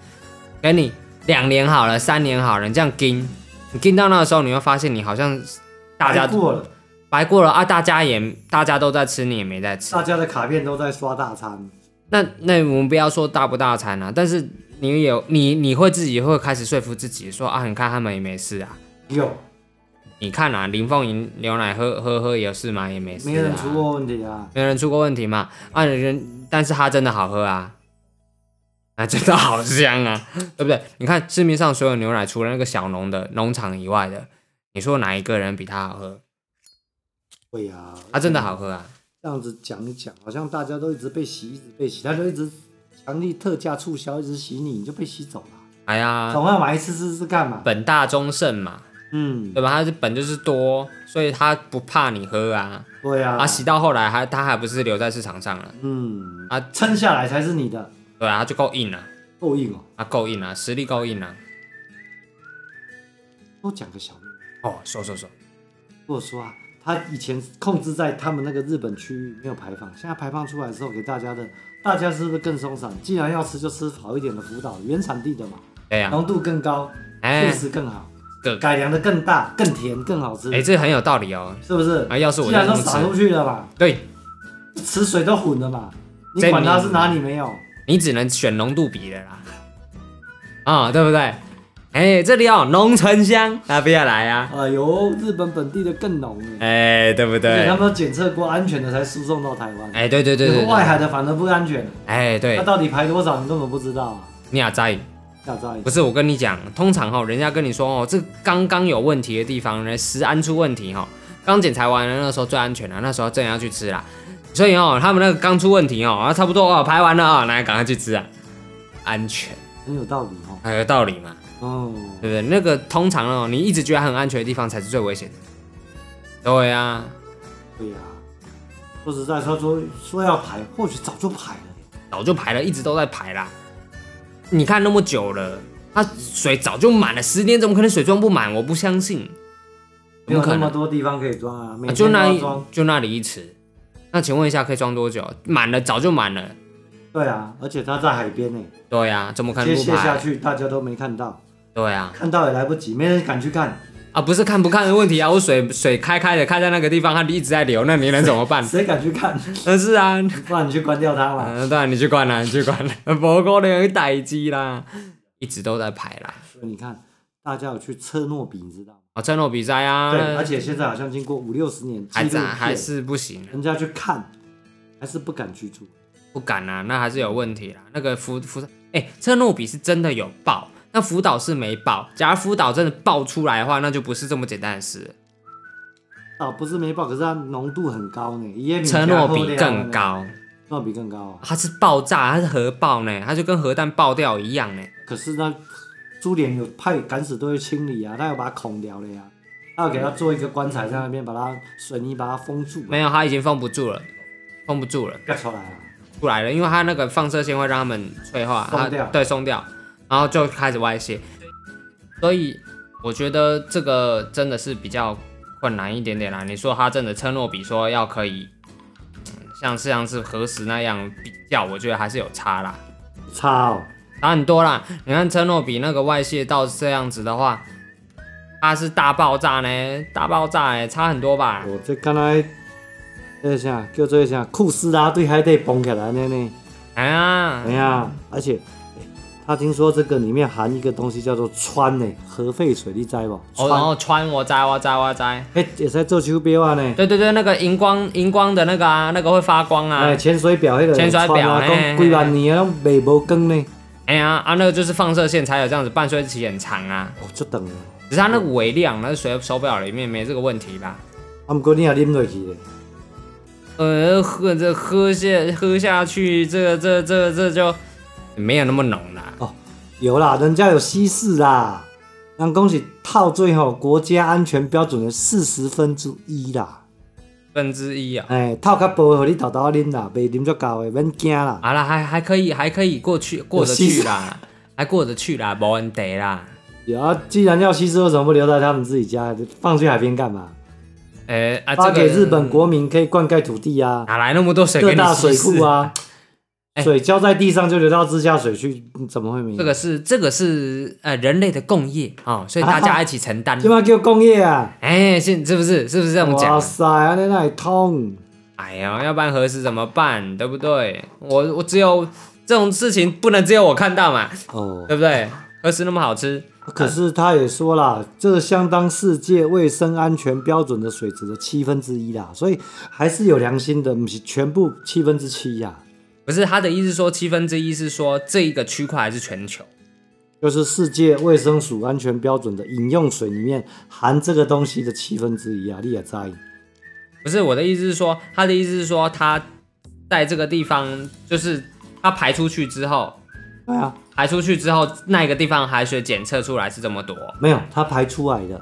Speaker 3: 给你两年好了，三年好了，你这样盯，你盯到那个时候，你会发现你好像大
Speaker 2: 白
Speaker 3: 家
Speaker 2: 哎过了，
Speaker 3: 白过了啊，大家也大家都在吃，你也没在吃
Speaker 2: 大。家的卡片都在刷大餐，
Speaker 3: 那那我们不要说大不大餐啊，但是你有你你会自己会开始说服自己说啊，你看他们也没事啊，
Speaker 2: 有
Speaker 3: 你看啊，林凤营牛奶喝喝喝有事吗？也没事、啊，
Speaker 2: 没人出过问题啊？
Speaker 3: 没人出过问题嘛？啊，人，但是它真的好喝啊，啊，真的好香啊， 对不对？你看市面上所有牛奶，除了那个小农的农场以外的，你说哪一个人比它好喝？
Speaker 2: 会啊，
Speaker 3: 它真的好喝啊，
Speaker 2: 这样子讲一讲，好像大家都一直被洗，一直被洗，他就一直强力特价促销，一直洗你，你就被洗走了。
Speaker 3: 哎呀，
Speaker 2: 总要买一次试试干嘛？
Speaker 3: 本大中胜嘛，
Speaker 2: 嗯，
Speaker 3: 对吧？它是本就是多，所以它不怕你喝啊，
Speaker 2: 对啊，
Speaker 3: 啊，洗到后来还它还不是留在市场上了，
Speaker 2: 嗯
Speaker 3: 啊
Speaker 2: 撑下来才是你的，
Speaker 3: 对啊，它就够硬了、啊，
Speaker 2: 够硬哦。
Speaker 3: 它够硬了、啊，实力够硬了、啊。
Speaker 2: 多讲个小秘密，
Speaker 3: 哦，说说说，
Speaker 2: 如果说啊，他以前控制在他们那个日本区域没有排放，现在排放出来之后，给大家的，大家是不是更松散？既然要吃，就吃好一点的福岛原产地的嘛，
Speaker 3: 对呀、啊，
Speaker 2: 浓度更高，
Speaker 3: 哎、
Speaker 2: 确实更好，
Speaker 3: 这
Speaker 2: 改良的更大、更甜、更好吃，
Speaker 3: 哎、这很有道理哦。
Speaker 2: 是不是？
Speaker 3: 啊，要是我
Speaker 2: 既
Speaker 3: 就
Speaker 2: 然
Speaker 3: 这
Speaker 2: 都
Speaker 3: 么
Speaker 2: 撒出
Speaker 3: 吃，
Speaker 2: 去了嘛，
Speaker 3: 对
Speaker 2: 池水都混了嘛，你
Speaker 3: 这
Speaker 2: 管它
Speaker 3: 你
Speaker 2: 是哪里没有？
Speaker 3: 你只能选浓度比的啦，啊、对不对？哎，这里哦，浓醇香，那不要来啊，
Speaker 2: 哎呦，日本本地的更浓耶，
Speaker 3: 哎，对不
Speaker 2: 而且
Speaker 3: 对
Speaker 2: 他？们都检测过安全的才输送到台湾，
Speaker 3: 哎，对对对对
Speaker 2: 有外
Speaker 3: 对，
Speaker 2: 海的反而不安全，
Speaker 3: 哎，对
Speaker 2: 它，到底排多少你根本不知道啊，
Speaker 3: 你也在。
Speaker 2: 要在
Speaker 3: 不是我跟你讲，通常哦，人家跟你说哦，这刚刚有问题的地方呢，食安出问题哦，刚检查完了，那时候最安全了、那时候正要去吃啦。所以哦，他们那个刚出问题哦，啊，差不多哦，排完了啊、来赶快去吃啊，安全，
Speaker 2: 很有道理哦。
Speaker 3: 还有道理嘛。
Speaker 2: 哦，
Speaker 3: 对不对？那个通常哦，你一直觉得很安全的地方才是最危险的。对啊，
Speaker 2: 对呀、说实在说说说要排，或许早就排了耶。
Speaker 3: 早就排了，一直都在排啦。啊你看那么久了，它水早就满了，十年怎么可能水装不满？我不相信，
Speaker 2: 没
Speaker 3: 怎
Speaker 2: 有
Speaker 3: 么可
Speaker 2: 那么
Speaker 3: 能？
Speaker 2: 多地方可以装啊，每
Speaker 3: 啊
Speaker 2: 天
Speaker 3: 就
Speaker 2: 都
Speaker 3: 那
Speaker 2: 要
Speaker 3: 一
Speaker 2: 装。
Speaker 3: 就那里一池，那请问一下可以装多久？满了早就满了。
Speaker 2: 对啊，而且它在海边呢，
Speaker 3: 对啊，怎么可
Speaker 2: 接
Speaker 3: 能不
Speaker 2: 卸下
Speaker 3: 排？
Speaker 2: 去大家都没看到，
Speaker 3: 对啊，
Speaker 2: 看到也来不及，没人敢去看，
Speaker 3: 啊不是看不看的问题啊，我水水开开的开在那个地方，它一直在流，那你能怎 么办？
Speaker 2: 谁敢去看？
Speaker 3: 但是啊，
Speaker 2: 不然你去关掉它嘛。
Speaker 3: 嗯，当然你去管啦，你去管啦， 不可能有代志啦，一直都在排啦。
Speaker 2: 所以你看，大家有去车诺比，你知道吗？
Speaker 3: 哦，车诺比赛啊，
Speaker 2: 对，而且现在好像经过五六十年，纪
Speaker 3: 还
Speaker 2: 录
Speaker 3: 是
Speaker 2: 片
Speaker 3: 还是不行，
Speaker 2: 人家去看，还是不敢去住。
Speaker 3: 不敢啊，那还是有问题啦。那个福福，哎、车诺比是真的有爆，那福岛是没爆。假如福岛真的爆出来的话，那就不是这么简单的事了。
Speaker 2: 啊，不是没爆，可是它浓度很高呢，耶米
Speaker 3: 车
Speaker 2: 加
Speaker 3: 诺
Speaker 2: 厚
Speaker 3: 比
Speaker 2: 料呢
Speaker 3: 更，高，
Speaker 2: 车啊诺比更高、啊。
Speaker 3: 它是爆炸，它是核爆呢，它就跟核弹爆掉一样呢。
Speaker 2: 可是那苏联有派敢死队去清理啊，他要把它孔掉了呀，他要给他做一个棺材在那边，把它水泥把它封住，啊
Speaker 3: 没有，它已经封不住了，封不住了。
Speaker 2: 不要出来啊。
Speaker 3: 出来了，因为它那个放射线会让它们脆化，
Speaker 2: 松掉
Speaker 3: 它对松掉，然后就开始外泄。所以我觉得这个真的是比较困难一点点啦。你说它真的车诺比说要可以，嗯像是像是核实那样比较，我觉得还是有差啦。
Speaker 2: 操！
Speaker 3: 差很多啦。你看车诺比那个外泄到这样子的话，它是大爆炸呢，大爆炸哎，差很多吧？
Speaker 2: 哦，这敢若迄个啥叫做啥库斯拉对海底蹦起来安尼呢？
Speaker 3: 哎呀
Speaker 2: 哎，呀，而且、哎他听说这个里面含一个东西叫做氚呢，核废水，你知无？
Speaker 3: 哦，然
Speaker 2: 氚，
Speaker 3: 后穿我摘我摘我摘，
Speaker 2: 哎，也在做手表啊呢。
Speaker 3: 对对对，那个荧光荧光的那个啊，那个会发光啊
Speaker 2: 哎，。潜水表迄个
Speaker 3: 潜水表
Speaker 2: 氚啊，
Speaker 3: 嘿
Speaker 2: 讲几万年啊，拢未无光呢。
Speaker 3: 哎呀啊，那个就是放射线才有这样子，半衰期很长啊。
Speaker 2: 哦，足长的。
Speaker 3: 只是它那个微量，那手手表里面没这个问题吧？
Speaker 2: 啊，毋过你若啉落去咧，
Speaker 3: 呃，喝这喝下喝下去，这这这这就没有那么浓啦。
Speaker 2: 有啦，人家有稀释啦。人讲是套最吼国家安全标准的四十分之一啦。
Speaker 3: 分之一啊。
Speaker 2: 哎，套较薄，互你豆豆啉啦，袂啉足够的，免惊啦。
Speaker 3: 好啦，还还可以，还可以过去过得去 啦，还过得去啦，没问题啦。
Speaker 2: 有啊，既然要稀释，为什么不留在他们自己家？放去海边干嘛？
Speaker 3: 呃啊，
Speaker 2: 发
Speaker 3: 这
Speaker 2: 给
Speaker 3: 个
Speaker 2: 日本国民可以灌溉土地啊，
Speaker 3: 哪来那么多水给
Speaker 2: 各
Speaker 3: 你
Speaker 2: 大
Speaker 3: 稀
Speaker 2: 水
Speaker 3: 释
Speaker 2: 库？啊，
Speaker 3: 哎
Speaker 2: 水浇在地上就流到地下水去，怎么会没有？
Speaker 3: 这个是这个是呃人类的共业啊、哦所以 大家一起承担
Speaker 2: 这。嘛叫工业啊！
Speaker 3: 哎，现是不是是不是这么
Speaker 2: 哇
Speaker 3: 讲？
Speaker 2: 塞，安尼那会痛。
Speaker 3: 哎呀，要不然何时怎么办？对不对？我我只有这种事情不能只有我看到嘛，
Speaker 2: 哦，
Speaker 3: 对不对？何时那么好吃？
Speaker 2: 可是他也说啦，这相当世界卫生安全标准的水质的七分之一啦，所以还是有良心的，不是全部七分之七呀、
Speaker 3: 不是他的意思说七分之一是说这一个区块还是全球？
Speaker 2: 就是世界卫生署安全标准的饮用水里面含这个东西的七分之一啊，你也在意。
Speaker 3: 不是我的意思是说，他的意思是说，他在这个地方，就是他排出去之后，
Speaker 2: 对啊，
Speaker 3: 排出去之后，那个地方海水检测出来是这么多
Speaker 2: 没有，它排出来的，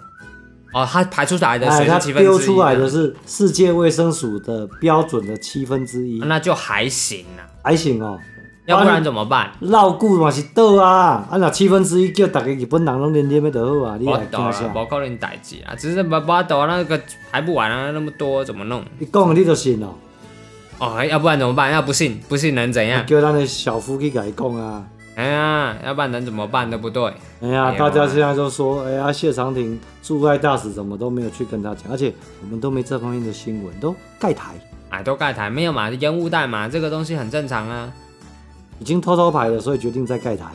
Speaker 3: 哦，他排出来的
Speaker 2: 哎，
Speaker 3: 水
Speaker 2: 它
Speaker 3: 是七分之一
Speaker 2: 丢
Speaker 3: 啊
Speaker 2: 出来的是世界卫生署的标准的七分之一，
Speaker 3: 那就还行啊，
Speaker 2: 还行哦。
Speaker 3: 要不然怎么办？
Speaker 2: 绕久嘛是倒啊，啊若七分之一叫大家日本人拢连啉的就好啊，你
Speaker 3: 我
Speaker 2: 来
Speaker 3: 懂
Speaker 2: 听
Speaker 3: 了，
Speaker 2: 下。
Speaker 3: 我告诉你代志啊，只是把把抖那个排不完啊，那么多怎么弄？
Speaker 2: 你讲的你就信哦，
Speaker 3: 哦，要不然怎么办？要不信，不信能怎样？
Speaker 2: 叫咱的小夫去甲伊讲啊。
Speaker 3: 哎呀，要不然能怎么办？对不对？
Speaker 2: 哎呀，
Speaker 3: 哎呦
Speaker 2: 大家现在都说，哎呀，谢长廷驻外大使怎么都没有去跟他讲，而且我们都没这方面的新闻，都盖台，
Speaker 3: 哎，都盖台没有嘛，烟雾弹嘛，这个东西很正常啊。
Speaker 2: 已经偷偷排了，所以决定再盖台。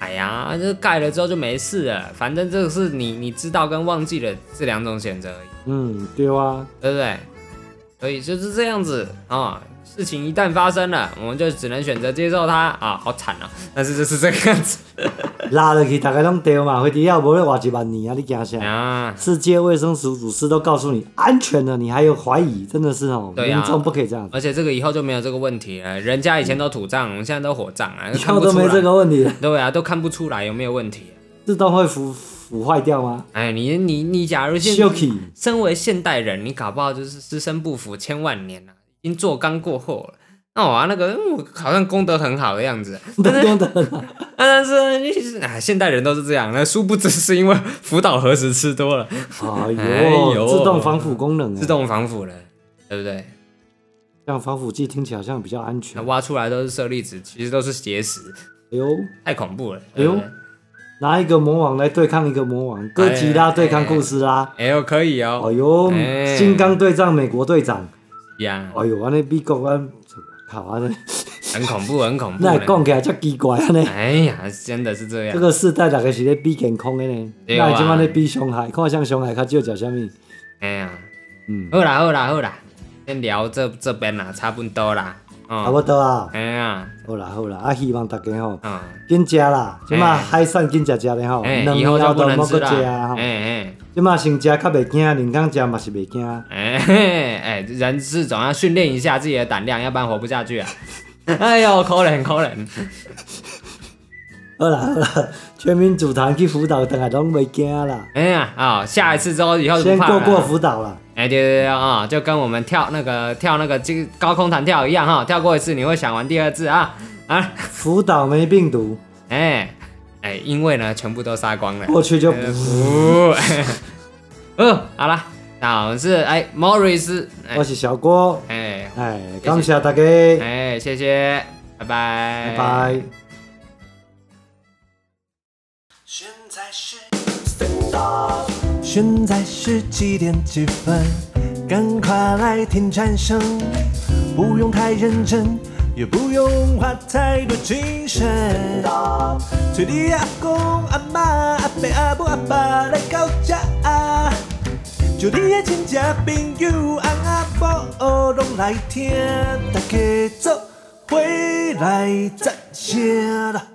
Speaker 3: 哎呀，这盖了之后就没事了，反正这个是你你知道跟忘记了这两种选择而已，
Speaker 2: 嗯，对啊，
Speaker 3: 对不对？所以就是这样子啊、事情一旦发生了，我们就只能选择接受它啊，好惨啊！但是就是这个样子
Speaker 2: 拉落去大家拢对嘛，飞机要无要活一万年啊，你惊啥？
Speaker 3: 啊。
Speaker 2: 世界卫生署主师都告诉你安全了，你还有怀疑，真的是哦，
Speaker 3: 对啊
Speaker 2: 民众不可以这样子，
Speaker 3: 而且这个以后就没有这个问题了，人家以前都土葬，我们现在都火葬啊，
Speaker 2: 嗯以
Speaker 3: 看
Speaker 2: 后
Speaker 3: 不
Speaker 2: 都
Speaker 3: 出
Speaker 2: 没这
Speaker 3: 来。
Speaker 2: 个问题了，
Speaker 3: 对啊，都看不出来有没有问题。
Speaker 2: 自动会腐腐坏掉吗？
Speaker 3: 哎，你你你，假如哎现
Speaker 2: 秀 气，
Speaker 3: 身为现代人，你搞不好就是尸身不腐千万年了、啊已经做刚过后了。那我、啊、那个，嗯我好像功德很好的样子，
Speaker 2: 都 懂得了。
Speaker 3: 啊但是你啊，现代人都是这样。那殊不知是因为福岛核食吃多了，
Speaker 2: 哎
Speaker 3: 哎呦
Speaker 2: 呦，自动防腐功能，
Speaker 3: 自动防腐了，对不对？
Speaker 2: 像防腐剂听起来好像比较安全
Speaker 3: 那。挖出来都是舍利子，其实都是结石，
Speaker 2: 哎呦，
Speaker 3: 太恐怖了。
Speaker 2: 哎呦
Speaker 3: 对不对
Speaker 2: 拿一个魔王来对抗一个魔王，哥吉拉对抗库斯拉。
Speaker 3: 哎呦，可以
Speaker 2: 哎
Speaker 3: 哦，
Speaker 2: 呦
Speaker 3: 哎，
Speaker 2: 金刚对战美国队长。
Speaker 3: 呀，
Speaker 2: 哎呦，安尼美国安，靠安 尼，
Speaker 3: 很恐怖，很恐怖
Speaker 2: 那
Speaker 3: 呢。
Speaker 2: 讲起来才奇怪安尼。
Speaker 3: 哎呀，真的是这
Speaker 2: 这
Speaker 3: 样。
Speaker 2: 个世代大概是咧比健康的呢，
Speaker 3: 对啊
Speaker 2: 那即摆咧比伤害，看像伤害较少食啥物。
Speaker 3: 哎呀，
Speaker 2: 嗯，
Speaker 3: 好啦，好啦，好啦，先聊这这边啦，差不多啦。
Speaker 2: 差
Speaker 3: 哦，
Speaker 2: 不多啊，
Speaker 3: 哎呀，
Speaker 2: 好啦好啦，啊希望大家吼
Speaker 3: 嗯，
Speaker 2: 紧食啦，即
Speaker 3: 哎
Speaker 2: 摆海产紧食食咧吼，
Speaker 3: 哎，
Speaker 2: 两
Speaker 3: 以后
Speaker 2: 年
Speaker 3: 就
Speaker 2: 后
Speaker 3: 不
Speaker 2: 都
Speaker 3: 能
Speaker 2: 莫
Speaker 3: 吃
Speaker 2: 搁
Speaker 3: 啦
Speaker 2: 食啊。吼，
Speaker 3: 哎
Speaker 2: 即摆先食较袂惊，人工食嘛是袂惊。
Speaker 3: 哎哎嘿哎，人是总要训练一下自己的胆量，要不然活不下去啊。 哎呦，可怜可怜，
Speaker 2: 好啦好啦，全民组团去辅导，大家拢袂惊啦，
Speaker 3: 哎呀啊、下一次之后以后就
Speaker 2: 先
Speaker 3: 不
Speaker 2: 过
Speaker 3: 怕了。
Speaker 2: 过辅导啦。
Speaker 3: 哎，对对对啊、就跟我们跳那个跳那个这个高空弹跳一样哈、哦跳过一次你会想玩第二次啊啊，
Speaker 2: 辅导没病毒，
Speaker 3: 哎哎，因为呢全部都杀光了。
Speaker 2: 过去就不
Speaker 3: 不，嗯，好了，那我们是哎，Morris，哎
Speaker 2: 我是小郭，
Speaker 3: 哎
Speaker 2: 哎，
Speaker 3: 谢
Speaker 2: 感谢大家，
Speaker 3: 哎，谢谢，拜拜，
Speaker 2: 拜拜。
Speaker 1: 现在是几点几分？赶快来听蝉声，不用太认真，也不用花太多精神。催你阿公阿妈阿伯阿母阿爸来到家，就你的亲戚朋友阿阿婆拢来听，大家做回来赞声啦。